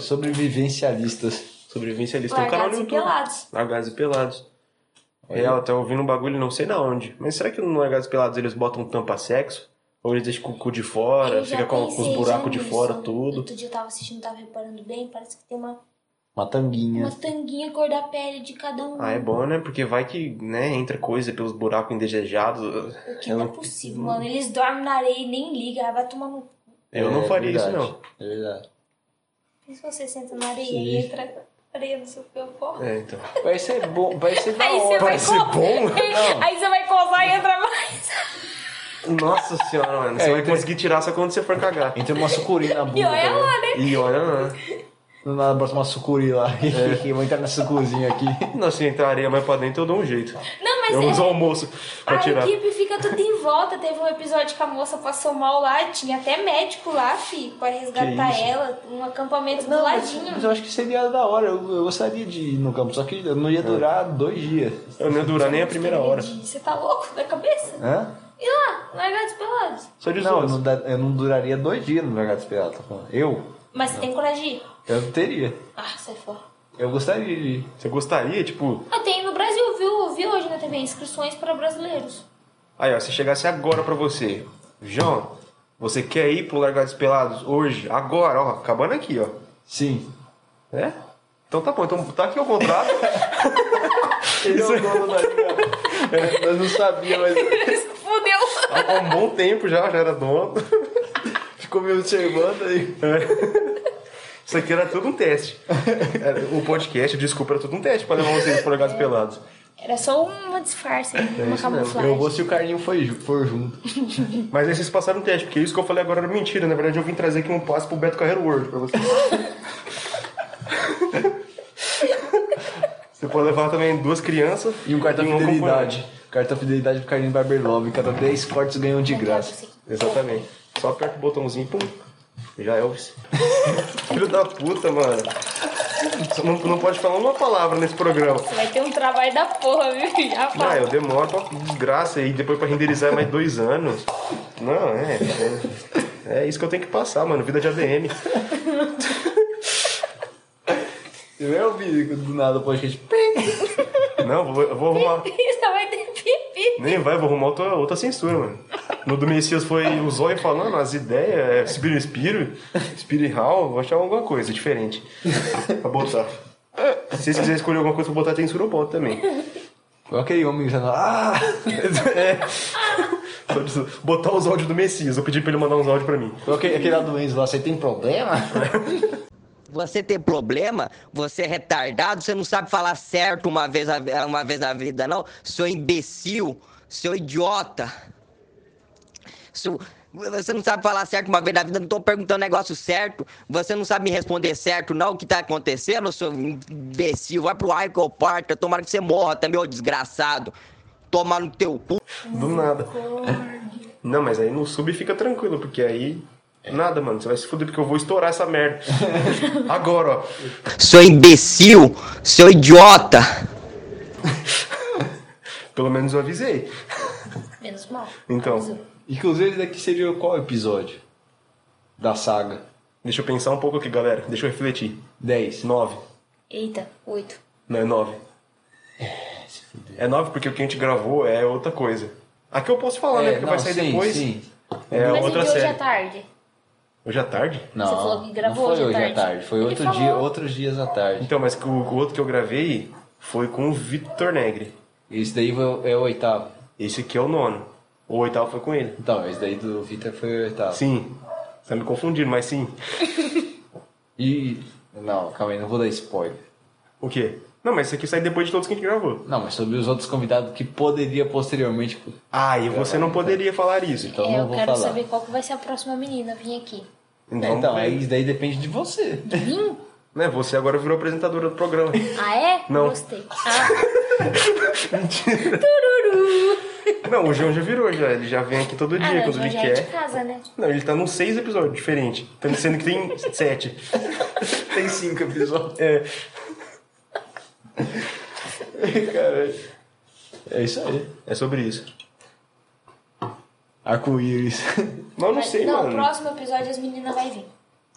sobrevivencialistas.
Sobrevivencialista. Tem um canal no
Largados e
YouTube.
pelados.
Largados e Pelados. É, ela tá ouvindo um bagulho não sei da onde. Mas será que no Largados e Pelados eles botam tampa sexo? Ou eles deixam com o cu de fora,
Eu já
fica com, com
pensei
os
já
buracos de
nisso.
fora, tudo.
Outro dia eu tava assistindo, tava reparando bem, parece que tem uma,
Uma tanguinha.
uma tanguinha cor da pele de cada um.
Ah, é bom, né? Porque vai que, né, entra coisa pelos buracos indesejados.
O que não é possível, mano. Eles dormem na areia e nem ligam, ela vai tomar no... cu.
Eu não
É
faria isso,
verdade,
não.
É verdade.
E se você senta na areia
Sim.
e entra areia no seu corpo?
É, então.
Vai ser bom, vai ser da
Aí você vai
hora.
Parece
co- <laughs>
bom? né?
Não.
Aí você vai colar e entra mais.
Nossa senhora, mano. Você
É,
vai
então-
conseguir tirar só quando você for cagar.
Entra uma sucuri na
E
bunda.
olha
né?
lá, né?
E olha, lá.
Do nada bota uma sucuri lá. <laughs> Eu Vou entrar nessa cozinha aqui.
Nossa, se entrar areia mais pra dentro, eu dou um jeito.
Não, mas
eu
é-
uso o almoço pra
A
tirar.
equipe fica tudo em volta. Teve um episódio que a moça passou mal lá, tinha até médico lá, fi, pra resgatar
isso?
ela. Um acampamento do
mas,
ladinho.
mas eu acho que seria da hora. Eu, eu gostaria de ir no campo, só que eu não ia durar dois dias.
Eu não ia durar nem a primeira hora.
Você tá louco da cabeça?
Hã?
E lá, largados pelados.
Só de
Não, eu
zoas.
não, da- eu não duraria dois dias no mercado esperado, tô falando. Eu?
Mas você tem coragem de ir?
Eu não teria.
Ah, sai fora.
Eu gostaria de ir.
Você gostaria, tipo...
Ah, tem no Brasil, viu? Eu Vi hoje na TV inscrições para brasileiros. <laughs>
Aí, ó, se chegasse agora pra você, João, você quer ir pro Largados e Pelados hoje, agora, ó, acabando aqui, ó.
Sim.
É? Então tá bom, então tá aqui o contrato.
<laughs> Ele é o dono da é, Nós não sabíamos, mas
Fudeu!
Há um bom tempo já, já era dono.
ficou me observando aí.
É. Isso aqui era tudo um teste. Era- O podcast, desculpa, era tudo um teste pra levar vocês pro Largados e Pelados.
Era só uma disfarce,
É
uma camuflagem.
É Eu vou se o Carlinho foi ju- for junto.
Mas aí vocês passaram o teste, porque isso que eu falei agora era mentira. Na verdade, eu vim trazer aqui um passo pro
<laughs>
Beto Carreiro World pra vocês. Você pode levar também duas crianças
E um cartão
de
fidelidade. Cartão fidelidade pro Carlinhos Barberlove. Cada 10 cortes ganham
É
de graça.
Exatamente. Só aperta o botãozinho, pum. Já é o
<laughs>
Filho da puta, mano. Só Não, não pode falar uma palavra nesse programa.
Você vai ter um trabalho da porra, viu? <laughs> Já
Ah,
fala.
eu demoro pra desgraça e depois pra renderizar é mais dois anos. Não, é, é. É isso que eu tenho que passar, mano. Vida de ADM.
Você vai ouvir do nada o podcast.
Não, vou, eu vou arrumar.
Só vai ter pipi.
Nem vai, vou arrumar outra, outra censura, mano. No do Messias foi o Zóio falando as ideias, é Spiro Spiro, Spiro e Hall, vou achar alguma coisa diferente <laughs> pra botar. Se vocês quiserem escolher alguma coisa pra botar censura, eu boto também. <laughs>
Foi aquele homem que Ah! <laughs>
É. Só preciso botar os áudios do Messias, eu pedi pra ele mandar uns áudios pra mim.
Foi aquele, aquele lá do Enzo lá. Você tem problema?
Você tem problema? Você é retardado? Você não sabe falar certo uma vez, a- uma vez na vida, não? Seu imbecil, seu idiota. Seu- Você não sabe falar certo uma vez na vida, não tô perguntando negócio certo. Você não sabe me responder certo, não? O que tá acontecendo, seu imbecil? Vai pro Michael Parker, tomara que você morra também, ô desgraçado. Toma no teu cu.
Do nada. Não, mas aí no sub fica tranquilo, porque aí. Nada, mano, você vai se fuder porque eu vou estourar essa <laughs> merda. Agora, ó.
Seu imbecil, seu idiota.
Pelo menos eu avisei.
Menos mal.
Então.
Inclusive, esse daqui seria qual episódio? Da saga?
Deixa eu pensar um pouco aqui, galera. Deixa eu refletir.
10.
9.
Eita, oito.
Não, é 9. É 9 porque o que a gente gravou é outra coisa. Aqui eu posso falar, né? Porque vai sair depois.
É, Sim.
É a
Mas
outra
o de hoje
série.
à tarde.
Hoje à tarde?
Não,
Você falou que gravou
não
hoje
foi
à
hoje à
tarde.
tarde. Foi
Ele
outro
falou.
dia, outros dias à tarde.
Então, mas que o o outro que eu gravei foi com o Victor Negri.
Esse daí foi- é o oitavo.
Esse aqui é o nono. O oitavo foi com ele.
Então, esse daí do Vitor foi o oitavo.
Sim. Você tá me confundindo, mas sim.
E. Não, calma aí, não vou dar spoiler.
O quê? Não, mas isso aqui sai depois de todos que a gente gravou.
Não, mas sobre os outros convidados que poderia posteriormente.
Ah, e você não poderia falar isso.
Então
é,
não
eu
vou
quero
falar.
saber qual que vai ser a próxima menina. Vim aqui.
Então,
Então, aí isso daí depende de você.
Vim?
né, você agora virou apresentadora do
<laughs>
programa.
Ah, é?
Não.
Gostei.
<laughs>
Ah,
Não, o João já virou, já. Ele já vem aqui todo dia,
ah não,
quando
já,
ele
já
quer.
é de casa, né?
Não, ele tá nos seis episódios diferentes. Tá sendo que tem <laughs> sete.
Tem cinco episódios.
É,
Caralho. É isso aí.
é sobre isso.
Arco-íris.
Não, eu não
Mas-
sei,
não,
mano.
no próximo episódio as meninas vão vir.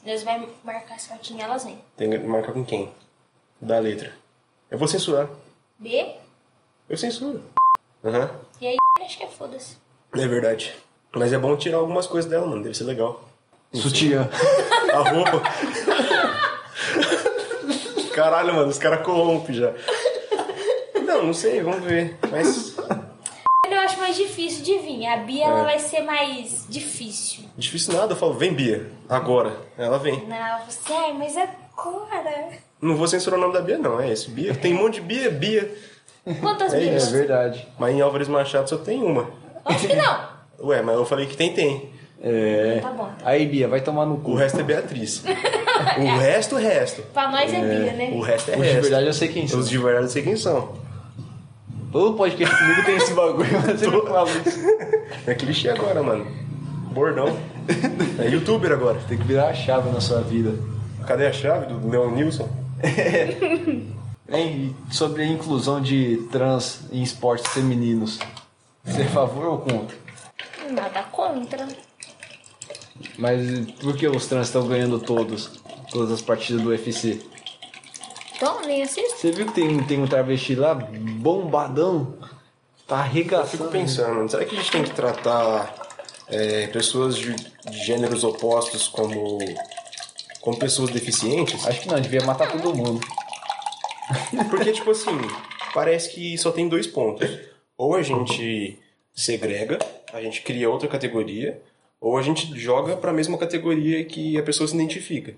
Eles vão marcar certinho elas vêm.
Tem que marcar com quem? Da letra. Eu vou censurar.
B?
Eu censuro. Aham.
E aí, acho que é foda-se.
É verdade. Mas é bom tirar algumas coisas dela, mano. Deve ser legal.
Sutiã.
A roupa. Caralho, mano, os caras corrompem já. Não, não sei, vamos ver. Mas
Eu acho mais difícil de vir. A Bia
É.
ela vai ser mais difícil.
difícil nada, eu falo, vem Bia, agora. Ela vem.
Não, você, ai, mas é agora.
Não vou censurar o nome da Bia, não, é esse. Bia. Tem um monte de Bia, Bia.
Quantas
É
meninas?
isso.
verdade.
Mas em Álvares Machado só tem uma.
Óbvio que não.
Ué, mas eu falei que tem, tem.
É.
Tá bom.
Aí, Bia, vai tomar no cu.
O resto é Beatriz. o resto, o resto.
Pra nós é, Bia, né?
O resto é
Os de
resto.
verdade eu sei quem são.
Os de verdade eu sei quem são.
Todo podcast comigo tem esse bagulho, mas eu não falo isso.
<laughs> É clichê agora, mano. Bordão. É youtuber agora.
Tem que virar a chave na sua vida.
Cadê a chave do Leon Nilson?
Hein, e sobre a inclusão de trans em esportes femininos. Você é a favor ou contra?
Nada contra.
Mas por que os trans estão ganhando todos? Todas as partidas do UFC?
Então, nem assisto.
Você viu que tem, tem um travesti lá bombadão? Tá
Fico
arregaçando.
pensando, será que a gente tem que tratar é, pessoas de, de gêneros opostos como, como pessoas deficientes?
Acho que não, devia matar todo mundo.
Porque, tipo assim, parece que só tem dois pontos. Ou a gente segrega, a gente cria outra categoria, ou a gente joga pra mesma categoria que a pessoa se identifica.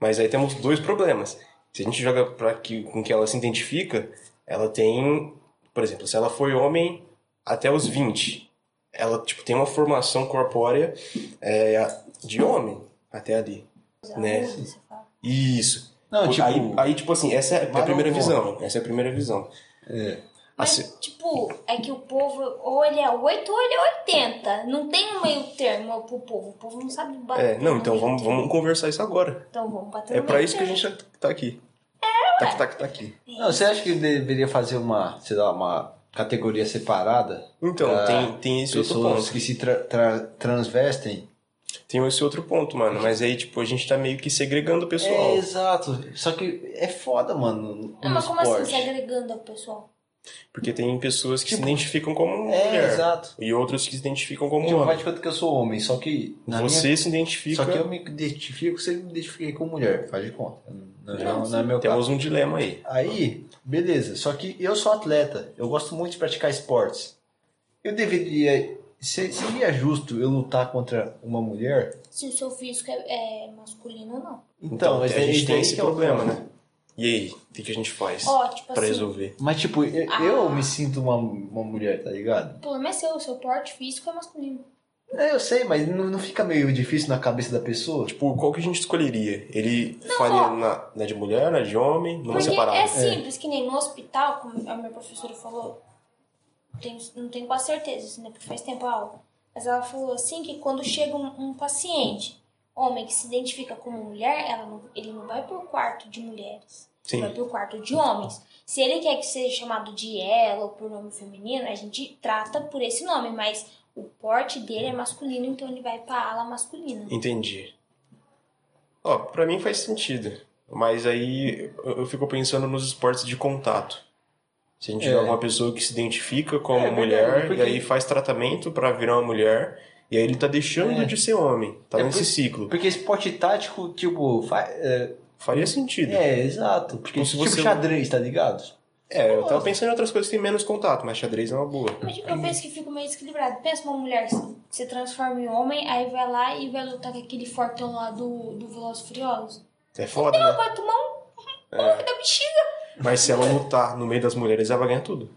Mas aí temos dois problemas. Se a gente joga para que com que ela se identifica, ela tem, por exemplo, se ela foi homem até os 20, ela tipo tem uma formação corpórea é, de homem até ali, né? Isso.
Não, tipo,
aí, aí, tipo assim, essa é a
vai
primeira
no
visão. Essa é a primeira visão.
é,
Assim,
Mas, tipo, é que o povo ou ele é 8 ou ele é 80. Não tem um meio termo pro povo. O povo não sabe bater.
é, não,
no
então
meio
vamos,
termo.
vamos conversar isso agora.
Então vamos bater
É
no
pra
meio
isso que a
termo.
gente tá aqui. É, tá, tá, tá aqui.
Não, você acha que deveria fazer uma, sei lá, uma categoria separada?
Então,
pra
tem, tem esse outro
Ah, pessoas
ponto.
que se tra- tra- transvestem?
Tem esse outro ponto, mano. Mas aí, tipo, a gente tá meio que segregando o pessoal.
É, exato. Só que é foda, mano. no-
Não,
no
mas como
esporte.
assim, se agregando ao pessoal?
Porque tem pessoas que se identificam como
É,
mulher.
exato.
E outros que se identificam como
Tipo, faz
homem.
de conta que eu sou homem, só que. na minha-
Você se identifica.
Só que eu me identifico, sempre me identifiquei com mulher, faz de conta. Não, não- não é meu caso.
Temos um dilema aí.
Aí, beleza. Só que eu sou atleta. Eu gosto muito de praticar esportes. Eu deveria. se- Seria justo eu lutar contra uma mulher?
Se o seu físico é, é masculino ou não.
Então, mas
a gente
é-
tem
é
esse
que é o
problema, né? E aí, o que, que a gente faz
Ó, tipo
pra
assim,
resolver?
Mas, tipo, eu, eu me sinto uma, uma mulher, tá ligado?
o problema é seu, o seu porte físico é masculino.
É, eu sei, mas não, não fica meio difícil na cabeça da pessoa? Tipo,
Tipo, qual que a gente escolheria? Ele
ó.
faria na, na de mulher, na de homem, numa
Porque
separada?
é simples, que nem no hospital, como a minha professora falou, tem- não tenho quase certeza, isso né, porque faz tempo a aula, mas ela falou assim que quando chega um, um paciente, homem que se identifica como mulher, ela não- ele não vai pro quarto de mulheres,
Sim.
vai pro quarto de homens. Se ele quer que seja chamado de ela ou por nome feminino, a gente trata por esse nome, mas o porte dele é masculino, então ele vai pra ala masculina.
Entendi. Ó, pra mim faz sentido. Mas aí eu eu fico pensando nos esportes de contato. Se a gente
É.
tiver uma pessoa que se identifica como
É,
mulher
verdade, porque-
e aí faz tratamento pra virar uma mulher, e aí ele tá deixando
É.
de ser homem, tá
É
nesse
por-
ciclo.
porque esporte tático, tipo. fa- é,
Faria sentido. É,
é, exato. Porque,
Tipo, se
tipo,
você-
xadrez, tá ligado?
É, eu tava pensando em outras coisas que tem menos contato, mas xadrez é uma boa.
Mas eu penso que fico meio desequilibrado. Pensa uma mulher que se transforma em homem, aí vai lá e vai lutar com aquele fortão lá do, do Velozes e Furiosos.
É foda,
Ela
né?
vai tomar um pouco da bexiga.
Mas se ela lutar no meio das mulheres, ela vai ganhar tudo.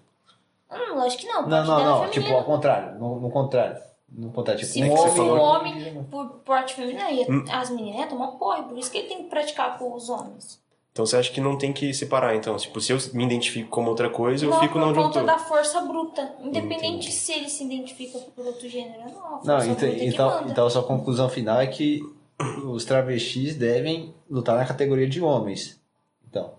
Hum, lógico que não.
Não,
parte
não,
dela é
não.
feminina.
Tipo, ao contrário. No, no contrário. No contrário. Tipo,
Se
que
um
você
fosse
homem.
um
falou.
homem por porte feminino, aí as meninas iam tomar um porre. Por isso que ele tem que praticar com os homens.
Então você acha que não tem que separar, então? Tipo, se eu me identifico como outra coisa, eu
não
fico
por
na onde eu
conta
tô.
da força bruta. Independente
Entendi.
se ele se identifica por outro gênero ou não. A
Não,
força
então,
bruta que
então,
manda.
então a sua conclusão final é que os travestis devem lutar na categoria de homens. Então.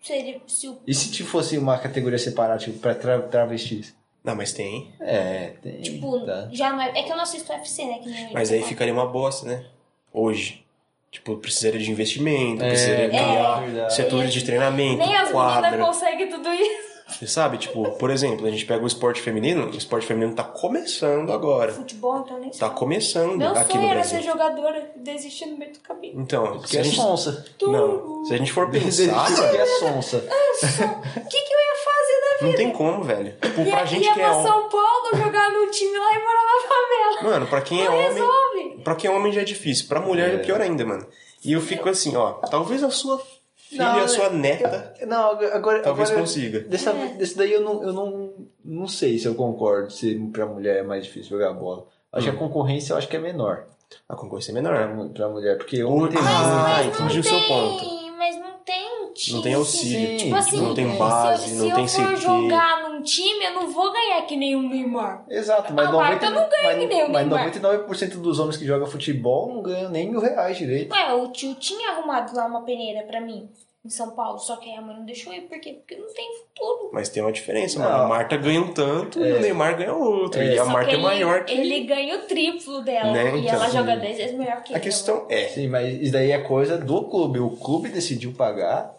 se, ele, se o
E se te fosse uma categoria separada, tipo, pra tra- travestis?
Não, mas tem.
É, tem.
Tipo,
tá.
já não é. É que eu não assisto UFC, né? Que nem
Mas é
eu
aí
falo.
ficaria uma bosta, né? Hoje. Tipo, precisaria de investimento,
É,
precisaria
é
criar
verdade.
setores de treinamento,
Nem as meninas
quadra.
conseguem tudo isso.
Você sabe, tipo, por exemplo, a gente pega o esporte feminino, o esporte feminino tá começando agora.
Futebol, então nem
Tá
sabe.
começando
Meu
aqui
sonho
no
era ser
Brasil.
jogadora e desistir no meio do caminho.
Então,
Porque
se a
é
gente.
sonsa. <laughs>
Não, se a gente for pensar,
Desiste porque é sonsa.
O que, que eu ia fazer da
não tem como, velho. Tipo,
vida?
pra gente
ia
que é
pra
homem.
São Paulo, jogar no time lá e morar na favela.
Mano, pra quem <laughs> é homem.
Resolve.
Pra quem é homem já é difícil, pra mulher é, pior ainda, mano. E eu fico assim, ó, talvez a sua filha,
Não, né?
a sua neta,
Não, agora.
talvez
agora,
consiga.
Dessa, Desse daí eu não, eu não, não sei se eu concordo se pra mulher é mais difícil jogar bola. Acho que a concorrência eu acho que é menor
A concorrência é menor.
pra, mu- pra mulher, porque
Ou-
homem tem muito.
ah,
mas não
entendi o seu ponto.
Tem, mas não tem um time.
Não tem auxílio,
Sim.
Tipo assim,
não tem
se
base,
eu-
não tem
Se eu for
CT.
jogar num time, eu não vou ganhar que nem o Neymar.
Exato, mas,
Ah, Marta,
90,
eu não ganho que nem o
mas,
Neymar.
mas 99% dos homens que jogam futebol não ganham nem mil reais direito.
Ué, o tio tinha arrumado lá uma peneira pra mim em São Paulo, só que aí a mãe não deixou ir, por quê? Porque não tem futuro.
Mas tem uma diferença,
Não.
mano. A Marta ganha um tanto e o Neymar ganha outro.
É.
E a
Só
Marta
que
é
ele-
maior que
ele. ganha o triplo dela.
Né,
E
então,
ela
assim,
joga 10 vezes melhor que
A
ele.
questão é.
Sim, mas isso daí é coisa do clube. O clube decidiu pagar,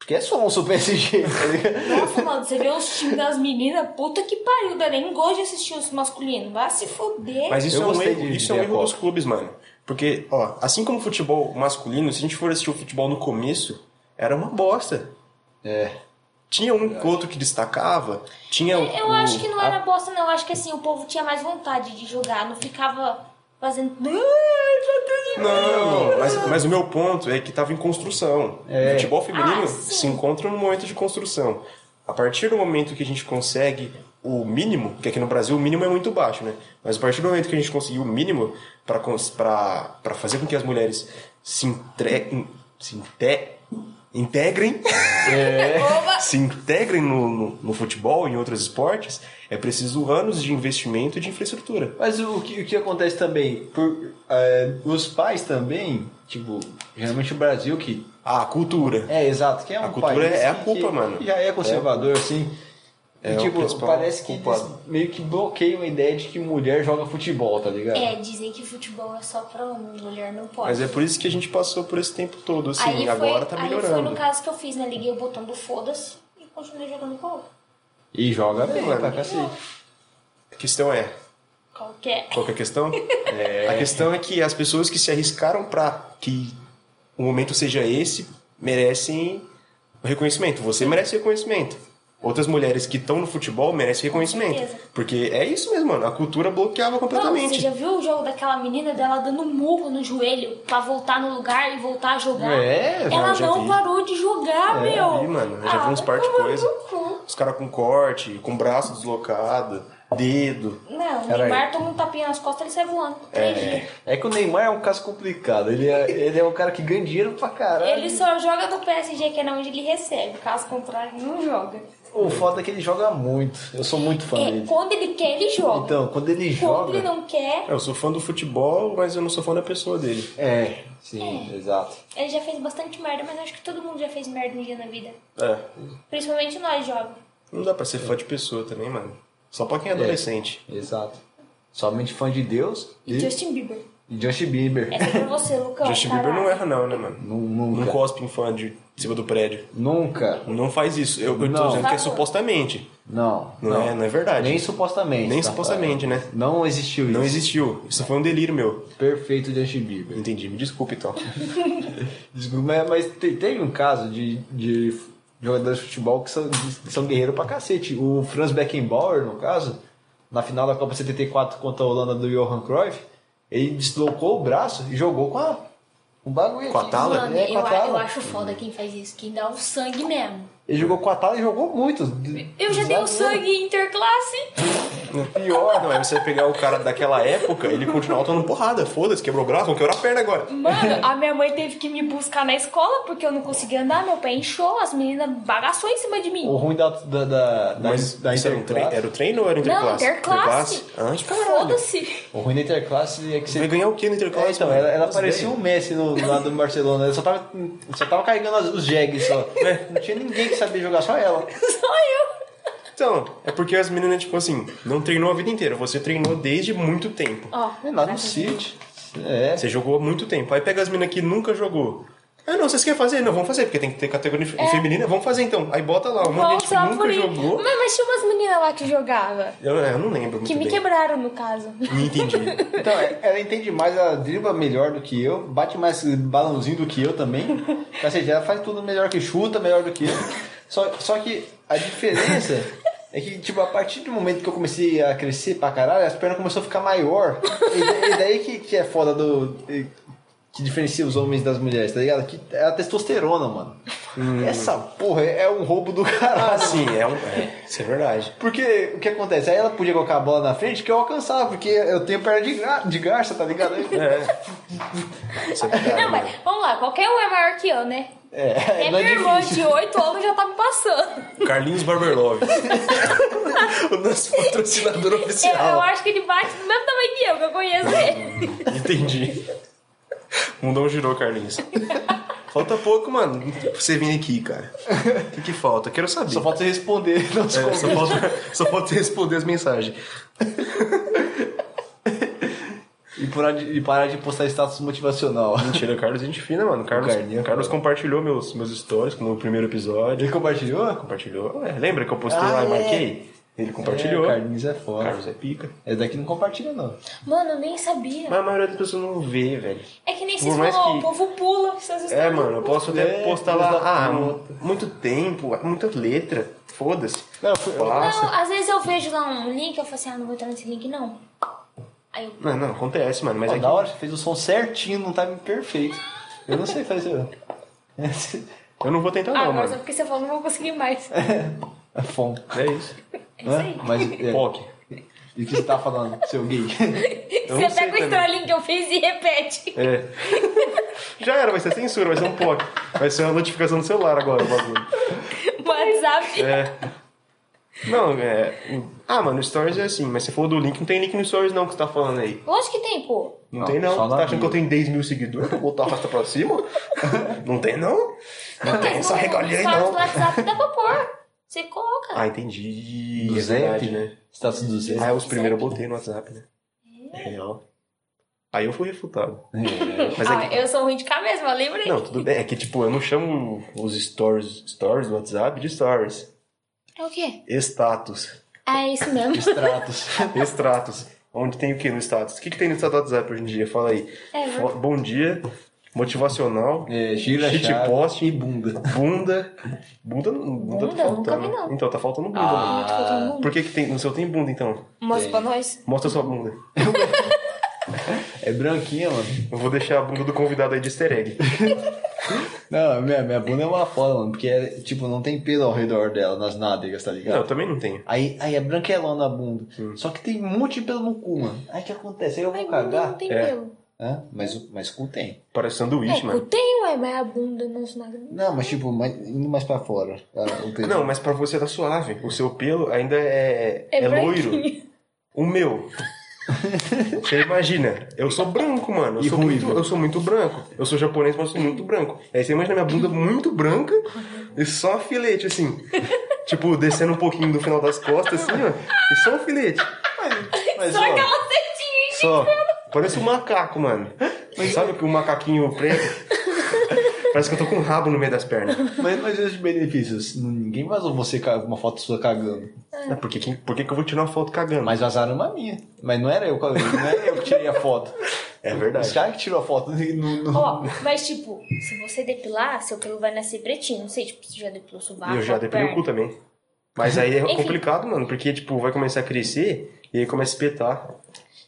porque é só um super <laughs> SG, tá ligado?
Nossa, mano, você vê os times das meninas, puta que pariu, dá nem gosto de assistir os masculinos. Vai se foder.
Mas isso
Eu
é um
gostei
erro,
de
isso é um
ver a
erro
Copa.
dos clubes, mano. Porque, ó, assim como o futebol masculino, se a gente for assistir o futebol no começo, era uma bosta.
É.
Tinha um outro que destacava, tinha então, o.
Eu acho que não era bosta, não. Eu acho que assim, o povo tinha mais vontade de jogar, não ficava fazendo. "Ai,
Não, mas, mas o meu ponto é que tava em construção. O
É.
futebol feminino
Ah, sim.
se encontra no momento de construção. A partir do momento que a gente consegue o mínimo, que aqui no Brasil o mínimo é muito baixo, né? Mas a partir do momento que a gente conseguiu o mínimo para fazer com que as mulheres se, entre, se inte- integrem, <laughs> É.
Oba!
se integrem no, no, no futebol, em outros esportes, é preciso anos de investimento e de infraestrutura.
Mas o que, o que acontece também? Por, é, os pais também, tipo, geralmente o Brasil que.
Ah, a cultura.
É, exato, que é um
A cultura
país
é a
que-
culpa,
que
mano.
Já é conservador, assim. E,
É o
tipo,
principal
parece que
culpado.
eles meio que bloqueiam a ideia de que mulher joga futebol, tá ligado?
É, dizem que futebol é só pra homem, mulher não pode.
Mas é por isso que a gente passou por esse tempo todo, assim,
aí foi,
agora tá
Aí foi no
melhorando.
caso que eu fiz, né? Liguei o botão do foda-se e continuei jogando bola.
E joga bem,
mano.
pra cacete.
A questão é,
Qualquer.
qual que é a
<laughs>
questão? A questão é que as pessoas que se arriscaram pra que o momento seja esse, merecem reconhecimento. Você merece reconhecimento. Outras mulheres que estão no futebol merecem
Com
reconhecimento.
certeza.
Porque é isso mesmo, mano. A cultura bloqueava
Mano, você
completamente.
já viu o jogo daquela menina dela dando um murro no joelho pra voltar no lugar e voltar a jogar?
É,
Ela
eu já
não
vi. É,
parou de jogar, meu.
eu vi, mano. Eu já
Ah,
vi uns
vai
par de
tomar
coisa.
no cu.
Os caras com corte, com braço deslocado, dedo.
Não, o
Peraí.
Neymar toma um tapinha nas costas e ele sai voando. Três dias.
É que o Neymar é um caso complicado. Ele é, ele é um cara que ganha dinheiro pra caralho.
Ele só joga no PSG, que é na onde ele recebe. Caso contrário, ele não joga.
O foda é que ele joga muito. Eu sou muito fã
É,
dele.
quando ele quer, ele joga.
Então, quando ele
quando
joga.
ele não quer,
É, Eu sou fã do futebol, mas eu não sou fã da pessoa dele.
É, sim, exato.
ele já fez bastante merda, mas acho que todo mundo já fez merda um dia na vida.
É.
Principalmente nós, jovens.
Não dá pra ser fã de pessoa também, mano. Só pra quem é adolescente.
Exato. Somente fã de Deus
E
e,
Justin Bieber.
e Justin Bieber.
Essa é pra você, Lucão.
Justin Bieber não
caralho.
erra, não, né, mano?
Nu- Nunca.
Não cospe em fã de em cima do prédio.
Nunca.
Não faz isso. Eu, eu tô
Não.
dizendo que é
Por favor.
supostamente.
Não.
Não, é, não é verdade.
Nem supostamente.
Nem
tá?
supostamente, né?
Não existiu
Não
isso.
existiu. Isso foi um delírio meu.
Perfeito Justin Bieber.
Entendi. Me desculpe, então.
Desculpa, mas, mas te- teve um caso de, de jogadores de futebol que são, que são guerreiros pra cacete. O Franz Beckenbauer, no caso, na final da Copa 74 contra a Holanda do Johan Cruyff, ele deslocou o braço e jogou com a, um bagulho
Com a
aqui.
tala?
Mano,
É,
eu,
com a tala.
eu acho foda quem faz isso, quem dá o sangue mesmo.
Ele jogou com a tala e jogou muito.
Eu já dei o sangue interclasse.
Pior. Não, é você pegar o cara daquela época, ele continuava tomando porrada. Foda-se, quebrou o braço, vamos quebrar a perna agora.
Mano, a minha mãe teve que me buscar na escola porque eu não conseguia andar, meu pé inchou, as meninas bagaçou em cima de mim.
O ruim da, da, da, da,
Mas
da
isso era, um treino,
interclasse.
era o treino ou era
Não,
interclasse?
interclasse.
Ah,
Tipo,
caralho.
Foda-se. <laughs>
um
O ruim da interclasse é que
Você
você.
vai ganhar o que no interclasse?
É, então,
mano?
ela, ela
As
parecia
ideias.
um Messi no, lá do Barcelona. Ela só tava, só tava carregando as- os jegues só. Não tinha ninguém que sabia jogar, só ela.
Então, é porque as meninas, tipo assim, não treinou a vida inteira. Você treinou desde muito tempo.
Ó,
É lá no City. É.
Você jogou há muito tempo. Aí pega as meninas que nunca jogou. Ah, não, vocês querem fazer? Não, vamos fazer, porque tem que ter categoria
É.
fe- feminina. Vamos fazer então. Aí bota lá, uma gente que
volta
nunca
por aí.
jogou.
Mas, mas tinha umas meninas lá que jogava.
Eu, eu não lembro muito
Que me
bem.
quebraram, no caso.
Não entendi.
Então, é- ela entende mais, ela dribla melhor do que eu, bate mais balãozinho do que eu também. Ou seja, ela faz tudo melhor que chuta, melhor do que eu. Só, só que a diferença é que, tipo, a partir do momento que eu comecei a crescer pra caralho, as pernas começaram a ficar maior. E, da- e daí que, que é foda do. e- Que diferencia os homens das mulheres, tá ligado? Que é a testosterona, mano. Essa porra é é um roubo do caralho.
Ah, sim, é um. É, isso é verdade.
Porque o que acontece? Aí ela podia colocar a bola na frente que eu alcançava, porque eu tenho perna de, gra de garça, tá ligado?
É. Isso é verdade.
Não, mas vamos lá, qualquer um é maior que eu, né?
É,
É
não
minha
é
irmã
difícil.
de 8 anos já tá me passando.
Carlinhos Barberlove. <laughs> o nosso patrocinador
Eu, eu
oficial.
acho que ele bate do mesmo tamanho que eu, que eu conheço ele.
Entendi. O Mundão girou, um Carlinhos. Falta pouco, mano, pra você vir aqui, cara. O que, que falta? Quero saber.
Só falta você responder. <laughs> Não
É, só, falta, <laughs> só falta responder as mensagens.
e, parar de, e parar de postar
<laughs>
status motivacional.
Mentira, Carlos, é gente fina, mano. Carlos,
Carlinho, é
Carlos compartilhou meus, meus stories com o primeiro episódio.
Ele compartilhou?
Compartilhou. É, lembra que eu postei
Ah,
lá e
é.
marquei? Ele compartilhou.
É, Carlinhos é foda.
Carlos é pica.
Esse daqui não compartilha, não.
Mano, eu nem sabia.
Mas a maioria das pessoas não vê, velho.
É que nem
Por
vocês
mais
falam, ó,
que-
o povo pula. Vocês
É,
estão-
mano, eu posso até
É,
postar
filhos
lá.
da
Ah,
puta.
mu- muito tempo, muita letra. Foda-se.
Não, eu fui- eu-
Passa.
Não, às vezes eu vejo lá um link, eu falo assim, ah, não vou entrar nesse link, não. Aí eu,
Não, não, acontece, mano. Mas
Ó,
é que
da hora, você fez o som certinho, não tá perfeito. Eu não sei fazer. não. <laughs>
eu não vou tentar,
ah,
não,
agora só
mano.
porque você falou, não vou conseguir mais.
É fom.
É isso.
É isso aí.
Mas, é,
Poc.
Do que você tá falando,
<laughs>
seu gay.
Eu
Você pega o
não sei também.
estralinho que eu fiz e repete.
É. Já era, vai ser censura, vai ser um POC. Vai ser uma notificação no celular agora, o bagulho.
<laughs>
WhatsApp.
É. Não, é. Ah, mano, Stories é assim, mas você falou do link, não tem link no Stories não que você tá falando aí.
Lógico que tem, pô.
Não,
Não,
tem não.
só
Você
na
tá achando que
bio.
eu tenho 10 mil seguidores pra botar a rasta pra
<laughs>
cima? não tem não? Não tem essa regalia É, aí
Status
não.
do WhatsApp dá pra pôr. Você coloca.
Ah, entendi.
Do
é verdade,
Zap?
né?
Status do Zé.
Ah, os primeiros eu botei no WhatsApp, né? É real. Aí eu fui refutado.
É.
Mas é
Ah, eu sou ruim de cabeça, mas lembrei.
Não, tudo bem. É que, tipo, eu não chamo os stories, stories do WhatsApp de stories.
É o quê?
Status.
Ah, é isso mesmo. <laughs>
Stratos.
Extratos. Onde tem o que no status? O que, que tem no status do WhatsApp hoje em dia? Fala aí.
É,
Fo- Bom dia, motivacional,
É, gira,
Shit
chave
post.
e bunda.
bunda. Bunda, não- bunda,
Bunda?
tá faltando.
Nunca vi, não.
Então, tá faltando bunda. né?
Ah,
Por que, que tem, no seu tem bunda, então?
Tipo, tá Mostra pra nós.
Mostra sua bunda.
é branquinha, mano.
Eu vou deixar a bunda do convidado aí de easter
<laughs>
egg.
Não, minha, minha bunda é uma foda, mano. Porque, é, tipo, não tem pelo ao redor dela, nas nádegas, tá
Não, eu
ligado?
também não tenho.
Aí, aí é branquelona a bunda. Só que tem um monte de pelo no cu, mano. Aí o que acontece? Aí eu
Ai,
vou
bunda não
cagar.
tem
É.
pelo.
Hã? Mas, o- mas cu tem.
Parece sanduíche,
É,
mano.
eu tenho, ué, mas a bunda não se nada.
Não, mas tipo, mais- indo mais pra fora. ah, o pelo.
Não, mas pra você tá suave. O seu pelo ainda é,
É
é loiro.
<laughs>
branquinho.
O meu. Você imagina, eu sou branco, mano. Eu,
E
sou
ruivo.
muito, eu sou muito branco. Eu sou japonês, mas eu sou muito branco. Aí você imagina minha bunda muito branca e só filete,
<laughs>
assim. tipo, descendo um pouquinho do final das costas, assim, ó. E só um filete.
mas,
Só
ó,
aquela setinha.
Só. Parece um macaco, mano. Sabe que um macaquinho preto?
<laughs>
Parece que eu tô com um rabo no meio das pernas.
mas, mas esses benefícios. Ninguém vazou você ca- uma foto sua cagando.
É, por que, que- por que, que eu vou tirar uma foto cagando?
Mas vazaram uma minha. Mas não era eu, não era eu que tirei a foto.
É
Os
verdade.
caras que tirou a foto <laughs> no, no-
Ó, mas tipo, se você depilar, seu pelo vai nascer pretinho. Não sei, tipo, você já depilou o sovaco,
E eu já
a
depilei o
perna.
cu também. Mas aí é
Enfim.
complicado, mano, porque, tipo, vai começar a crescer e aí começa a espetar.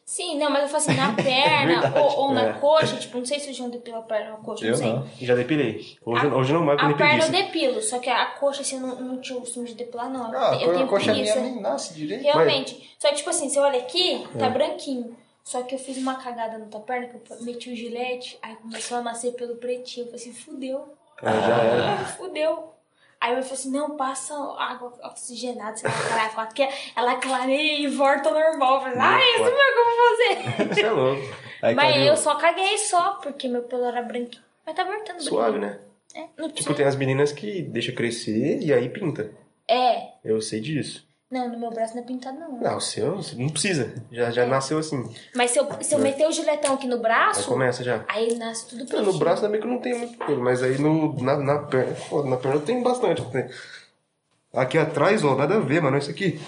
Sim, não, mas eu falo assim, na perna ou, ou na coxa. Tipo, não sei se eu já depilo a perna ou a coxa,
Eu
não sei.
não.
Já depilei. Hoje,
A-
hoje não mais, porque
A
nem
perna eu
preguiça.
depilo, só que a coxa, assim, eu não, não tinha o costume de depilar, não.
Ah,
eu tenho
a coxa minha
preguiça.
nem nasce direito.
Realmente. Só que, tipo assim, você olha aqui,
É.
tá branquinho. Só que eu fiz uma cagada na tua perna, que eu meti o gilete, aí começou a nascer pelo pretinho. Eu falei assim, fudeu.
Ah, já era.
Ai, fudeu. Aí eu falei assim, não, passa água oxigenada, sei lá, caralho. Fala que ela clareia e volta ao normal. Eu falei, ai, isso mesmo que eu vou fazer.
Você é louco.
Aí,
Mas
cadê
eu
o-
só caguei só, porque meu pelo era branquinho. Mas tá voltando
Suave,
branquinho.
né?
É, não
Tipo,
precisa.
tem as meninas que deixa crescer e aí pinta.
É.
Eu sei disso.
Não, no meu braço não é pintado, não.
Não, o seu você não precisa. Já, já nasceu assim.
Mas se eu, se eu meter o giletão aqui no
Aí
braço,
começa já.
aí nasce tudo
Ah,
pretinho.
No braço também que não tem muito coisa, mas aí no, na, na perna. Foda, na perna tem bastante. Tem. Aqui atrás, ó, nada a ver, mano. Isso aqui.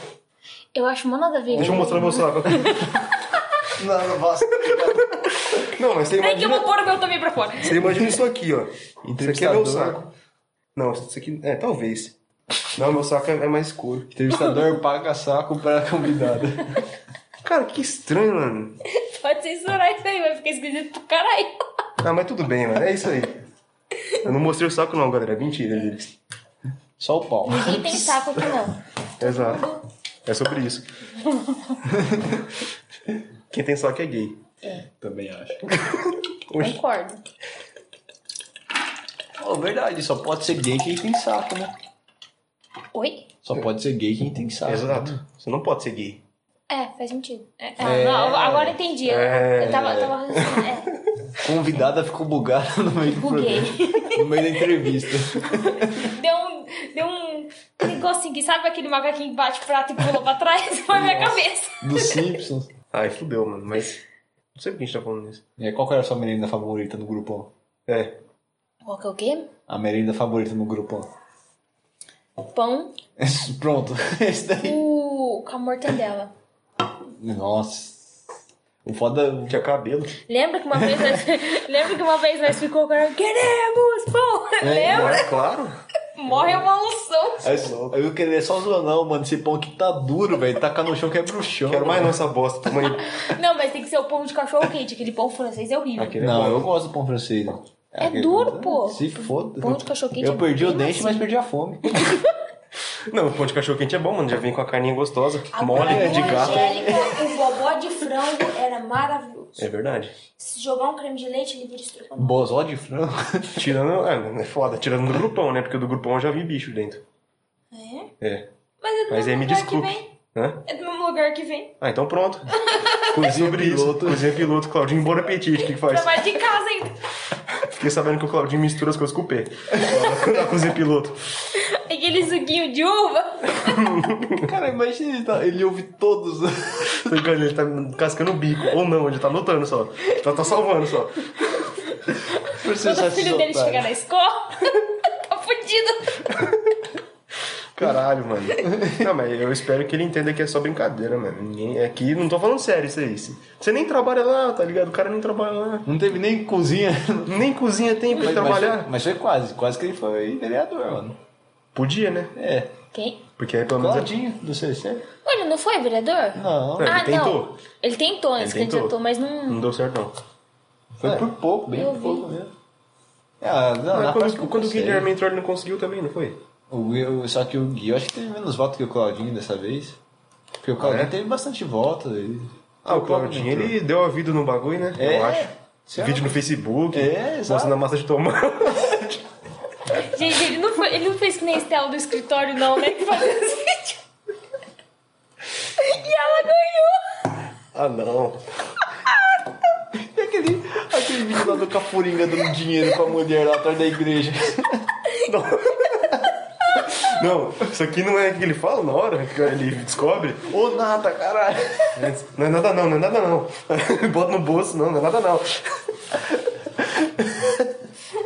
Eu acho mó nada a ver.
Deixa eu mostrar meu saco. <laughs>
Não, não basta.
Não, mas
É
você
que eu
imagina.
vou pôr o meu também pra fora.
Você imagina isso aqui, ó. Isso aqui é
Entrevistador.
meu saco. Não, isso aqui. É, talvez. Não, meu saco é é mais escuro.
Entrevistador paga saco pra convidada.
Cara, que estranho, mano.
Pode censurar isso aí, vai ficar esquisito pro caralho.
Ah, mas tudo bem, mano. É isso aí. Eu não mostrei o saco, não, galera. É Mentira, gente.
Só o pau.
Ninguém tem saco aqui, não.
Exato. É sobre isso. <laughs> Quem tem saco é gay.
Também acho.
Oxi.
Concordo.
Oh, verdade, só pode ser gay quem tem saco, né?
Oi?
Só pode ser gay quem tem saco.
Exato. Você não pode ser gay.
É, faz sentido. É, ah, não, agora entendi. Eu-
É.
Eu tava, eu tava
é,
assim,
Convidada ficou bugada no meio do
<laughs>
Buguei.
programa. No meio da entrevista.
Deu um, deu um negocinho que sabe aquele macaquinho que bate o prato e pula pra trás? <laughs> Foi minha cabeça.
Dos Simpsons.
Ai, fudeu, mano. Mas. Não sei por que a gente tá falando isso.
E aí, qual que era a sua merenda favorita no grupão?
É.
é. Qual que é o quê?
A merenda favorita no grupão.
Pão
<laughs> Pronto. Esse daí.
o... com a mortadela.
Nossa. O foda.
Tinha cabelo.
Lembra que uma vez
<laughs>
nós, lembra que uma vez nós ficou com a- queremos pão?
É,
Lembra?
Mas, claro.
Morre a evolução.
Aí eu- aí eu queria só zoar, não, mano. Esse pão aqui tá duro, velho. Tacar no chão quebra o chão.
Quero mais nossa bosta. Tamanho.
Não, mas tem que ser o pão de cachorro quente, aquele pão francês é horrível.
Aquele é
Não,
bom.
eu gosto do pão francês. né?
É duro, pô.
Se foda.
Pão de cachorro quente
Eu
é
perdi o
bem
dente, mas perdi a fome.
Não, o pão de cachorro quente é bom, mano. Já vem com a carninha gostosa, é mole, né,
Agora,
de
com a
gato.
Angélica, o bobó de frango era maravilhoso.
É verdade.
Se jogar um creme de leite, ele vira estrogonofe.
<laughs> Bozó de frango.
Tirando. Ah, mano, é foda. Tirando do grupão, né? Porque do grupão eu já vi bicho dentro.
É?
É.
Mas é do
Mas aí me
mesmo lugar que
desculpe.
vem.
Hã?
É do mesmo lugar que vem.
Ah, então
<laughs>
pronto. Cozinha
Sobre
piloto.
piloto.
Cozinha piloto, Claudinho Bon Apetite, o que, que faz?
Trabalho de casa ainda.
Fiquei sabendo que o Claudinho mistura as coisas com o P. Na <laughs> cozinha piloto.
Aquele suguinho de uva.
<laughs> Cara, imagina ele, tá- ele ouve todos.
<laughs>
Tô brincando, ele tá cascando o bico. Ou não, ele tá anotando só. Tá, tá salvando só.
Quando o filho dele chegar na escola, <laughs> tá fudido.
Caralho, mano. Não, mas eu espero que ele entenda que é só brincadeira, mano. Ninguém. Aqui, não tô falando sério isso aí. Se- Você nem trabalha lá, tá ligado? O cara nem trabalha lá.
Não teve nem <laughs> cozinha.
Nem cozinha tem pra ele trabalhar.
Mas, mas foi quase, quase que ele foi vereador, mano.
Podia, né?
É.
Quem?
Porque aí pelo menos.
Claudinho, do CC?
Ele não foi vereador?
Não.
Não, ele
ah,
tentou.
não. Ele tentou, ele se
tentou.
candidatou, mas não.
Não deu certo, não.
Foi por pouco, bem
Eu
por
vi.
pouco mesmo. É. Ah, não, na
Mas
próxima
quando, quando o
eu sei.
Guilherme entrou, ele não conseguiu também, não foi?
O Gui- o- só que o Gui, eu acho que teve menos voto que o Claudinho dessa vez. Porque o Claudinho
Ah, é?
teve bastante voto. ele-
Ah, o
Foi pouco,
Claudinho,
né, Arthur?
ele deu a vida no bagulho, né?
É.
Eu acho.
Sei
Vídeo no Facebook,
É,
mostrando
exato.
a massa de tomate.
Gente, ele não, foi, ele não fez que nem a Estela do escritório, não, né? Que fazia os vídeos. E ela ganhou!
<laughs> Ah, não.
E aquele, aquele vídeo lá do Cafuringa dando dinheiro pra mulher lá atrás da igreja.
Não, isso aqui não é o que ele fala na hora que ele descobre.
Ô, nada, caralho.
Não é nada não, não é nada não. <laughs> Bota no bolso, não, não é nada não. <laughs>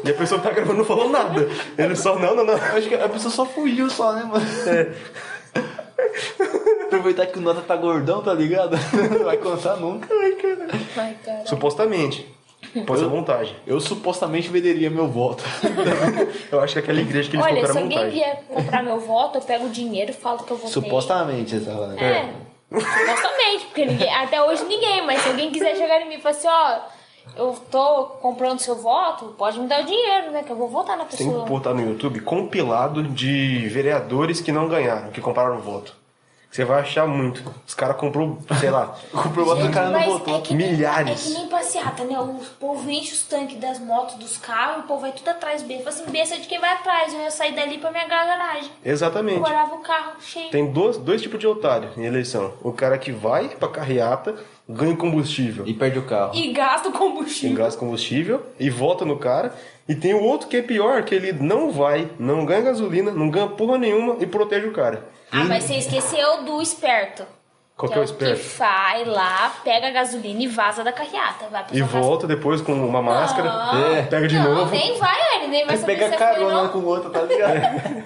E a pessoa que tá gravando não falou nada. Ele só, não, não, não.
Eu acho que a pessoa só fugiu só, né, mano?
É.
Aproveitar que o Nota tá gordão, tá ligado? Não vai contar nunca.
Ai, cara.
Supostamente. Pode ser montagem.
Eu supostamente venderia meu voto.
Eu acho que aquela igreja que eles
Olha, se
colocaram é
alguém
montagem.
vier comprar meu voto, eu pego o dinheiro e falo que eu vou
Supostamente, você tá falando.
É. Supostamente, porque ninguém, até hoje ninguém, mas se alguém quiser chegar em mim e falar assim, ó, eu tô comprando seu voto, pode me dar o dinheiro, né? Que eu vou votar na
Tem um que
pessoa.
botar no YouTube compilado de vereadores que não ganharam, que compraram o voto. Você vai achar muito. Os caras comprou, sei lá.
<laughs> Comprou o voto do cara não
Mas
votou.
é que
Milhares.
Nem, é que nem passeata, né? O povo enche os tanques das motos, dos carros, o povo vai tudo atrás besta. Fala assim, besta de quem vai atrás, eu ia sair dali pra minha garagem. Eu
Exatamente.
guardava o carro cheio.
Tem dois, dois tipos de otário em eleição. O cara que vai pra carreata, ganha combustível.
E perde o carro.
E gasta o
em
combustível.
gás combustível e volta no cara. E tem o outro que é pior, que ele não vai, não ganha gasolina, não ganha porra nenhuma e protege o cara.
Ah, mas você esqueceu do esperto.
Qual
que
que é o
Que
esperto?
vai lá, pega a gasolina e vaza da carreata. Vai pra
E
sua casa.
volta depois com uma máscara, É.
Ah,
pega de
não,
novo.
Nem vai, ele nem vai
Ele
saber
pega
se você foi,
carona
não.
né?
com o outro, tá
É.
ligado?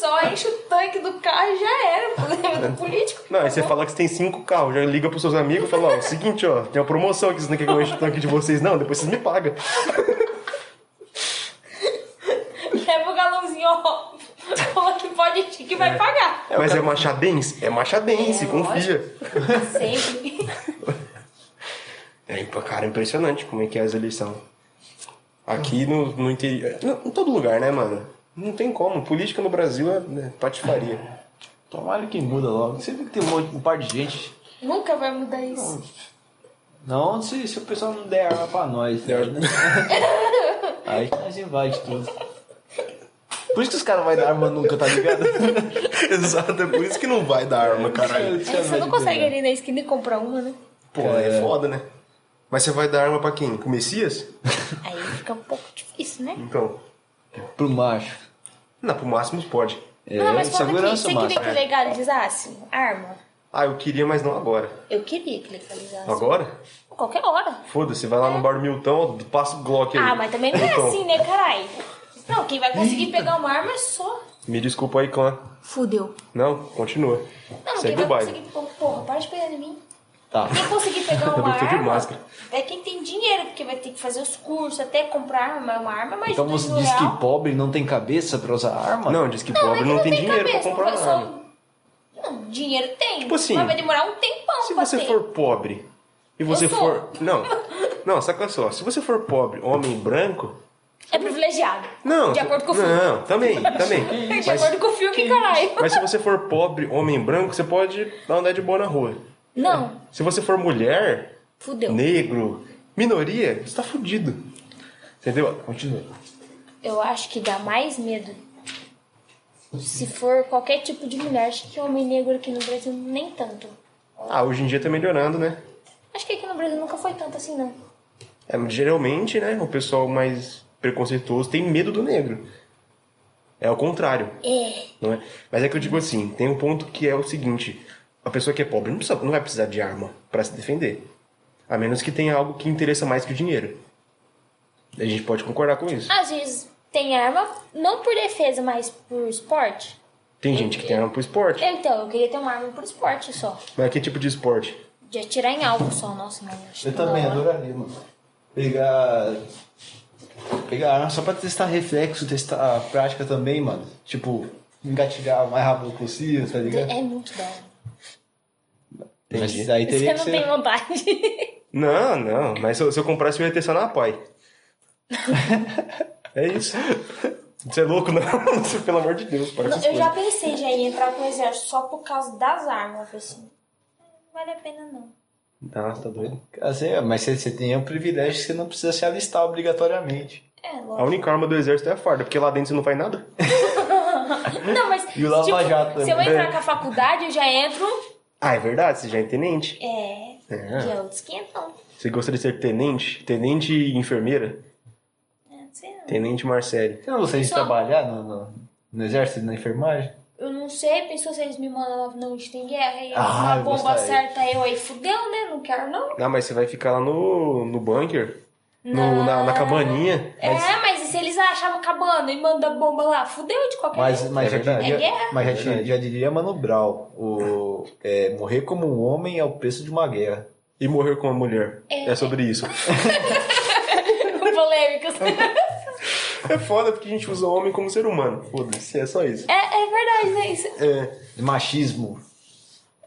Só enche o tanque do carro e já era. O <laughs> problema do político.
Não, aí você fala que você tem cinco carros, já liga pros seus amigos e fala, ó, seguinte, ó, tem uma promoção aqui, vocês não querem que eu enche o tanque de vocês, não, depois vocês me pagam.
Leva o galãozinho, ó. Fala que pode encher que vai pagar.
Mas é machadense? É machadense,
É,
confia.
Sempre.
É, pô, cara, impressionante como é que é as eleições. Aqui no, no interior. não, Em todo lugar, né, mano? Não tem como. Política no Brasil é né, patifaria.
Tomara que muda logo. Você vê que tem um, monte- um par de gente.
Nunca vai mudar isso.
Não, se, se o pessoal não der arma pra nós. né? <laughs> Aí que nós invade tudo. Por isso que os caras não vão dar arma nunca, tá <laughs> ligado?
<laughs> Exato, é por isso que não vai dar arma, caralho.
É, você não consegue ali na esquina e comprar uma, né?
Pô, é foda, né? Mas você vai dar arma pra quem? Pro Messias?
Aí fica um pouco difícil, né?
Então.
Pro macho.
Não, pro máximo pode.
É,
não, mas fala aqui,
segurança né?
você
macho.
queria que legalizasse arma?
Ah, eu queria, mas não agora.
Eu queria que legalizasse.
Agora?
Qualquer hora.
Foda-se, vai lá no bar do Milton, ó, passa o Glock aí.
Ah, mas também não é
Milton,
assim, né, carai? Não, quem vai conseguir pegar uma arma é só.
Me desculpa aí, Clã.
Fudeu.
Não, continua.
Não,
é
quem
Segue
vai
o baile.
conseguir. Pô, Porra, para de pegar em mim.
Tá.
Quem conseguir
<laughs> Eu
pegar uma
tô de
arma
máscara.
é quem tem dinheiro, porque vai ter que fazer os cursos, até comprar uma, uma arma, mas
Então
de
você
mil
diz que
real.
pobre não tem cabeça pra usar arma?
Não, diz que
Não, é
pobre
que
não, tem, dinheiro
cabeça,
pra comprar
não
arma.
vai- só- Não, dinheiro tem,
Tipo assim,
mas vai demorar um tempão
Se
pra
você
ter.
for pobre e você
sou. <laughs>
é for. Não, não, saca só. Se você for pobre, homem branco,
É privilegiado.
Não.
De acordo com o filme.
Não, também, também.
<laughs>
De
Mas-
acordo com o filme, caralho.
Mas se você for pobre, homem branco, você pode um andar de boa na rua.
Não,
Se você for mulher,
fudeu.
negro, minoria, você tá fudido. Entendeu? Continua.
Eu acho que dá mais medo. Se for qualquer tipo de mulher, acho que homem negro aqui no Brasil nem tanto.
Ah, hoje em dia tá melhorando, né?
Acho que aqui no Brasil nunca foi tanto assim, não.
É, geralmente, né, o pessoal mais preconceituoso tem medo do negro. É o contrário. Não é? Mas é que eu digo assim, tem um ponto que é o seguinte, a pessoa que é pobre não, precisa- não vai precisar de arma pra se defender. A menos que tenha algo que interessa mais que o dinheiro. A gente pode concordar com isso.
Às vezes tem arma, não por defesa, mas por esporte.
Tem gente que tem arma pro esporte.
Então, eu queria ter uma arma por esporte só.
Mas que tipo de esporte?
De atirar em algo só, nossa, mano. acho
Eu
que não
também
dá,
adoraria, mano. Pegar. Pegar arma só pra testar reflexo, testar a prática também, mano. Tipo, engatilhar o mais rápido possível, tá ligado?
mano. É muito da hora.
Mas aí
Você
teria que
não tem
ser.
vontade.
<laughs>
Não, não. Mas se eu, se eu comprasse, eu ia ter só na pai. <laughs> é isso. Você é louco, não? <laughs> Pelo amor de Deus, para com
Não,
essas
eu já
coisas.
pensei já em entrar pro exército só por causa das armas. Eu falei assim, não vale a pena não.
Nossa, tá doido.
Assim, mas você, você tem o privilégio que você não precisa se alistar obrigatoriamente.
É,
A
lógico.
única arma do exército é a farda, porque lá dentro você não faz nada.
<laughs> Não, mas
<laughs> E o Lava
tipo,
Jato
se eu
também.
entrar com a faculdade, eu já entro.
Ah, é verdade, você já é tenente.
É,
É.
já outros 500.
Você gostaria de ser tenente? Tenente e enfermeira?
Não É, sei não.
Tenente Marcelo.
Você não gostaria de
Só- É.
trabalhar no, no, no exército, na enfermagem?
Eu não sei, pensou se eles me mandam lá é, não onde tem guerra e
Ah,
uma
eu
bomba
gostaria.
acerta eu aí, fudeu, né? Não quero não.
Ah, mas você vai ficar lá no, no bunker? No, na, na cabaninha? Mas-
É, mas e se eles achavam acabando e mandam bomba lá? Fudeu de qualquer
Mas,
jeito.
mas,
É
já,
verdade.
diria,
É guerra.
mas já,
É
di-
verdade.
já diria Mano Brown, o, é, morrer como um homem é o preço de uma guerra.
E morrer com uma mulher. É sobre
<laughs>
isso. <laughs>
Polêmicas.
É foda porque a gente usa o homem como ser humano. Foda-se, é só isso.
É, é verdade, né? Isso-
É.
De machismo.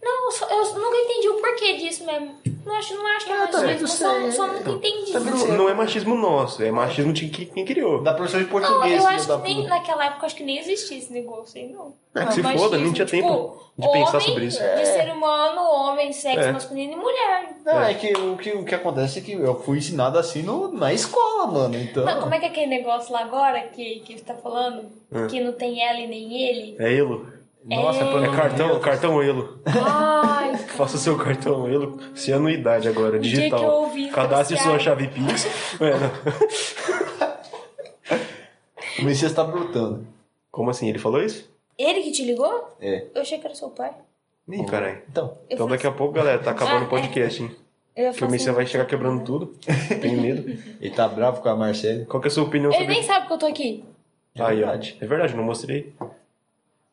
Não, eu, só- eu nunca entendi o porquê disso mesmo. Não acho, não acho que é
também
machismo, só, só nunca entendi.
Não, não é machismo nosso, é machismo de quem, quem criou.
Da professora de
Não,
português.
eu
filho
acho
da
que nem
puta.
naquela época acho que nem existia esse negócio aí, não.
Ah,
Não,
que se foda, nem tinha
tipo,
tempo de pensar
homem,
sobre isso.
De ser humano, homem, sexo
É.
masculino e mulher.
Não, é que o, que o que acontece é que eu fui ensinado assim no, na escola, mano. Então.
Não, como é que é aquele negócio lá agora que, que você tá falando?
Ah.
Que não tem ela e
<laughs>
nem ele?
É elo.
Nossa, pelo
É
amor de
cartão,
Deus.
cartão elo.
Ai,
Faça seu cartão elo sem anuidade agora,
dia
digital.
que eu ouvi isso,
Cadastre
Thiago.
sua chave Pix. É, não.
O Messias tá brotando.
Como assim? Ele falou isso?
ele que te ligou?
É.
Eu achei que era seu pai.
Ih, caralho.
Então.
Então daqui a pouco, galera, tá acabando
Ah,
o podcast, hein?
Eu ia
Que o
falar assim,
Messias vai chegar quebrando tudo. Tenho medo.
Ele tá bravo com a Marcela.
Qual que é a sua opinião
Ele
sobre
nem sabe que eu tô
<laughs>
aqui.
É
Aí, ó.
verdade.
É verdade, não mostrei.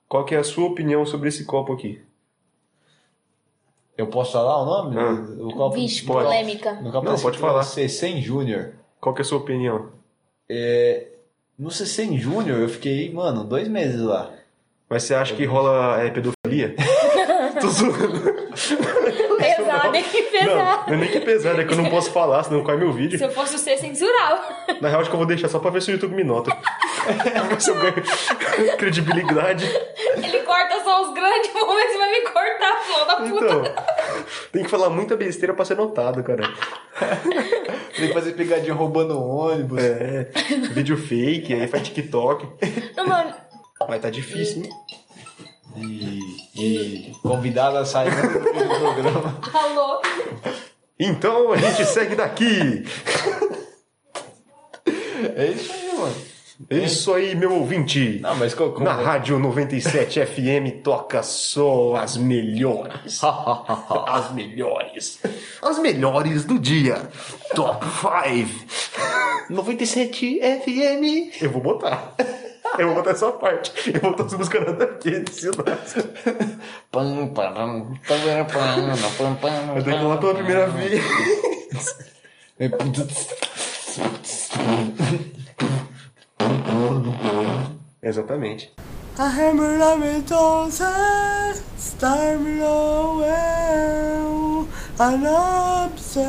Qual que é a sua opinião sobre esse copo aqui?
Eu posso falar o nome?
Ah.
do- do copo?
Vixe,
pode.
polêmica.
No copo
Não,
tá
pode
escrito
falar.
C100 Júnior.
Qual que é a sua opinião?
No C100 Júnior eu fiquei, mano, dois meses lá.
Mas você acha que rola é, pedofilia? Tô zoando.
pesado, hein? Pesado.
Não, eu nem que pesado, é que eu não posso falar, senão cai meu vídeo.
Se eu fosse você,
<laughs>
censurava.
Na real, acho que eu vou deixar só pra ver se o YouTube me nota. Pra ver se eu ganho credibilidade.
Ele corta só os grandes, vamos ver se vai me cortar, filho da puta.
Então, tem que falar muita besteira pra ser notado, cara.
Tem que fazer pegadinha roubando um ônibus.
É, vídeo fake, aí faz TikTok.
Não, mano,
Mas tá difícil, hein?
E, e convidada a sair do programa.
alô.
Então a gente segue daqui.
É isso aí, mano.
É Isso aí, meu ouvinte.
Não, mas como.
Na Rádio 97 FM toca só as melhores. As melhores. As melhores do dia. Top 5.
97 FM.
Eu vou botar. Eu vou botar essa parte. Eu vou botar as músicas nada aqui.
Pam, pam, pam, pam, pam, pam, pam.
Eu tenho que lá pela
Ah.
primeira vez. Exatamente.
A Hammer Lamentosa está below eu, an opção,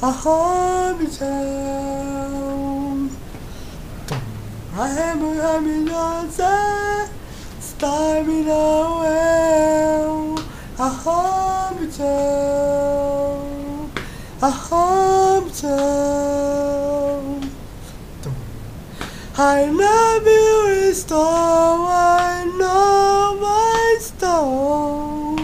a opção. I am maravilhosa, está-me não eu, a Hamilton, a Hamilton. I love you, estou, I know my estou.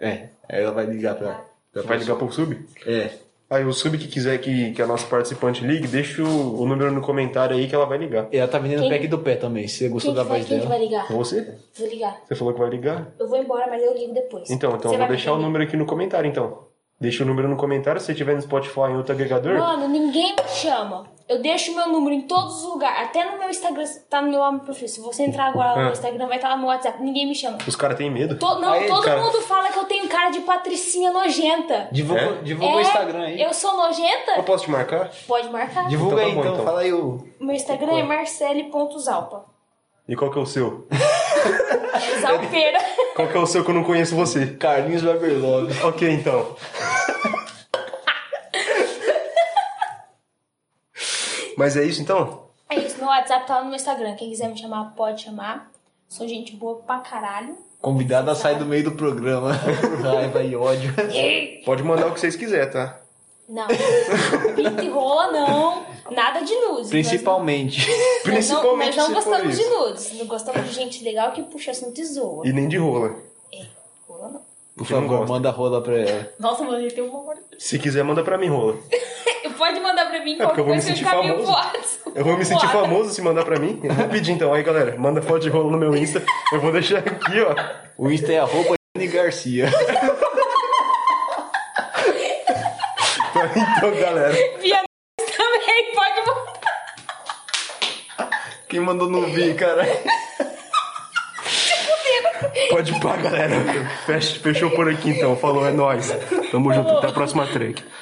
É, aí ela vai ligar pra. pra
Vai ligar pro sub?
É.
Aí o sub que quiser que, que a nossa participante ligue, deixa o, o número no comentário aí que ela vai ligar.
E ela tá vendendo
Quem-
pack do pé também. Se você gostou
Quem, que
da
vai,
voz
quem que
dela.
vai ligar?
Você?
Vou ligar.
Você falou que vai ligar?
Eu vou embora, mas eu ligo depois.
Então, então
Você
eu vou
vai
deixar o
atender?
número aqui no comentário, então. Deixa o número no comentário, se você tiver no Spotify ou em outro agregador.
Mano, ninguém me chama. Eu deixo meu número em todos os lugares. Até no meu Instagram tá no meu nome perfil. Se você entrar agora lá no
Ah.
meu Instagram, vai estar lá no WhatsApp. Ninguém me chama.
Os caras têm medo.
To- não,
Aí,
todo
cara.
mundo fala que eu tenho cara de patricinha nojenta.
Divulga,
É?
divulga o
É,
Instagram aí.
Eu sou
Eu
nojenta?
posso te marcar?
Pode marcar.
Divulga
Então tá
aí,
bom,
então.
então.
Fala aí o.
Meu Instagram é marcele.zalpa.
E qual que é o seu?
Zalpeira. <laughs>
Qual que é o seu que eu não conheço você?
Carlinhos Barberlove.
Ok,
<laughs>
então. Mas é isso então?
É isso, meu WhatsApp tá lá no meu Instagram. Quem quiser me chamar, pode chamar. Sou gente boa pra caralho.
Convidada sai do meio do programa. Por <laughs> Raiva e ódio.
Pode mandar o que vocês quiserem, tá?
Não. <laughs> Pinta e rola, não. Nada de nudes.
Principalmente.
Nós não, nós
Principalmente
não
se for
gostamos de
isso.
nudes. Não gostamos de gente legal que puxa assunto e zoa.
E nem de rola.
Rola não.
Por
Eu não
favor,
gosto.
manda rola pra ela.
Nossa, mano,
um
ele tem uma hora.
Se quiser, manda pra mim rola.
<laughs> Pode mandar pra mim
porque
qualquer
eu vou me
coisa que eu
sentir
ficar meio
famoso.
voado.
Eu vou me sentir
Foda.
famoso se mandar pra mim. Eu vou pedir então. Aí, galera, manda foto de rola no meu Insta. Eu vou deixar aqui, ó.
O Insta é arroba Dani Garcia.
Então, galera.
Via também, pode mandar.
Quem mandou não vi, cara?
Pode pá, galera. Fecha- Fechou por aqui então. Falou, é nóis. Tamo junto. Até a próxima track.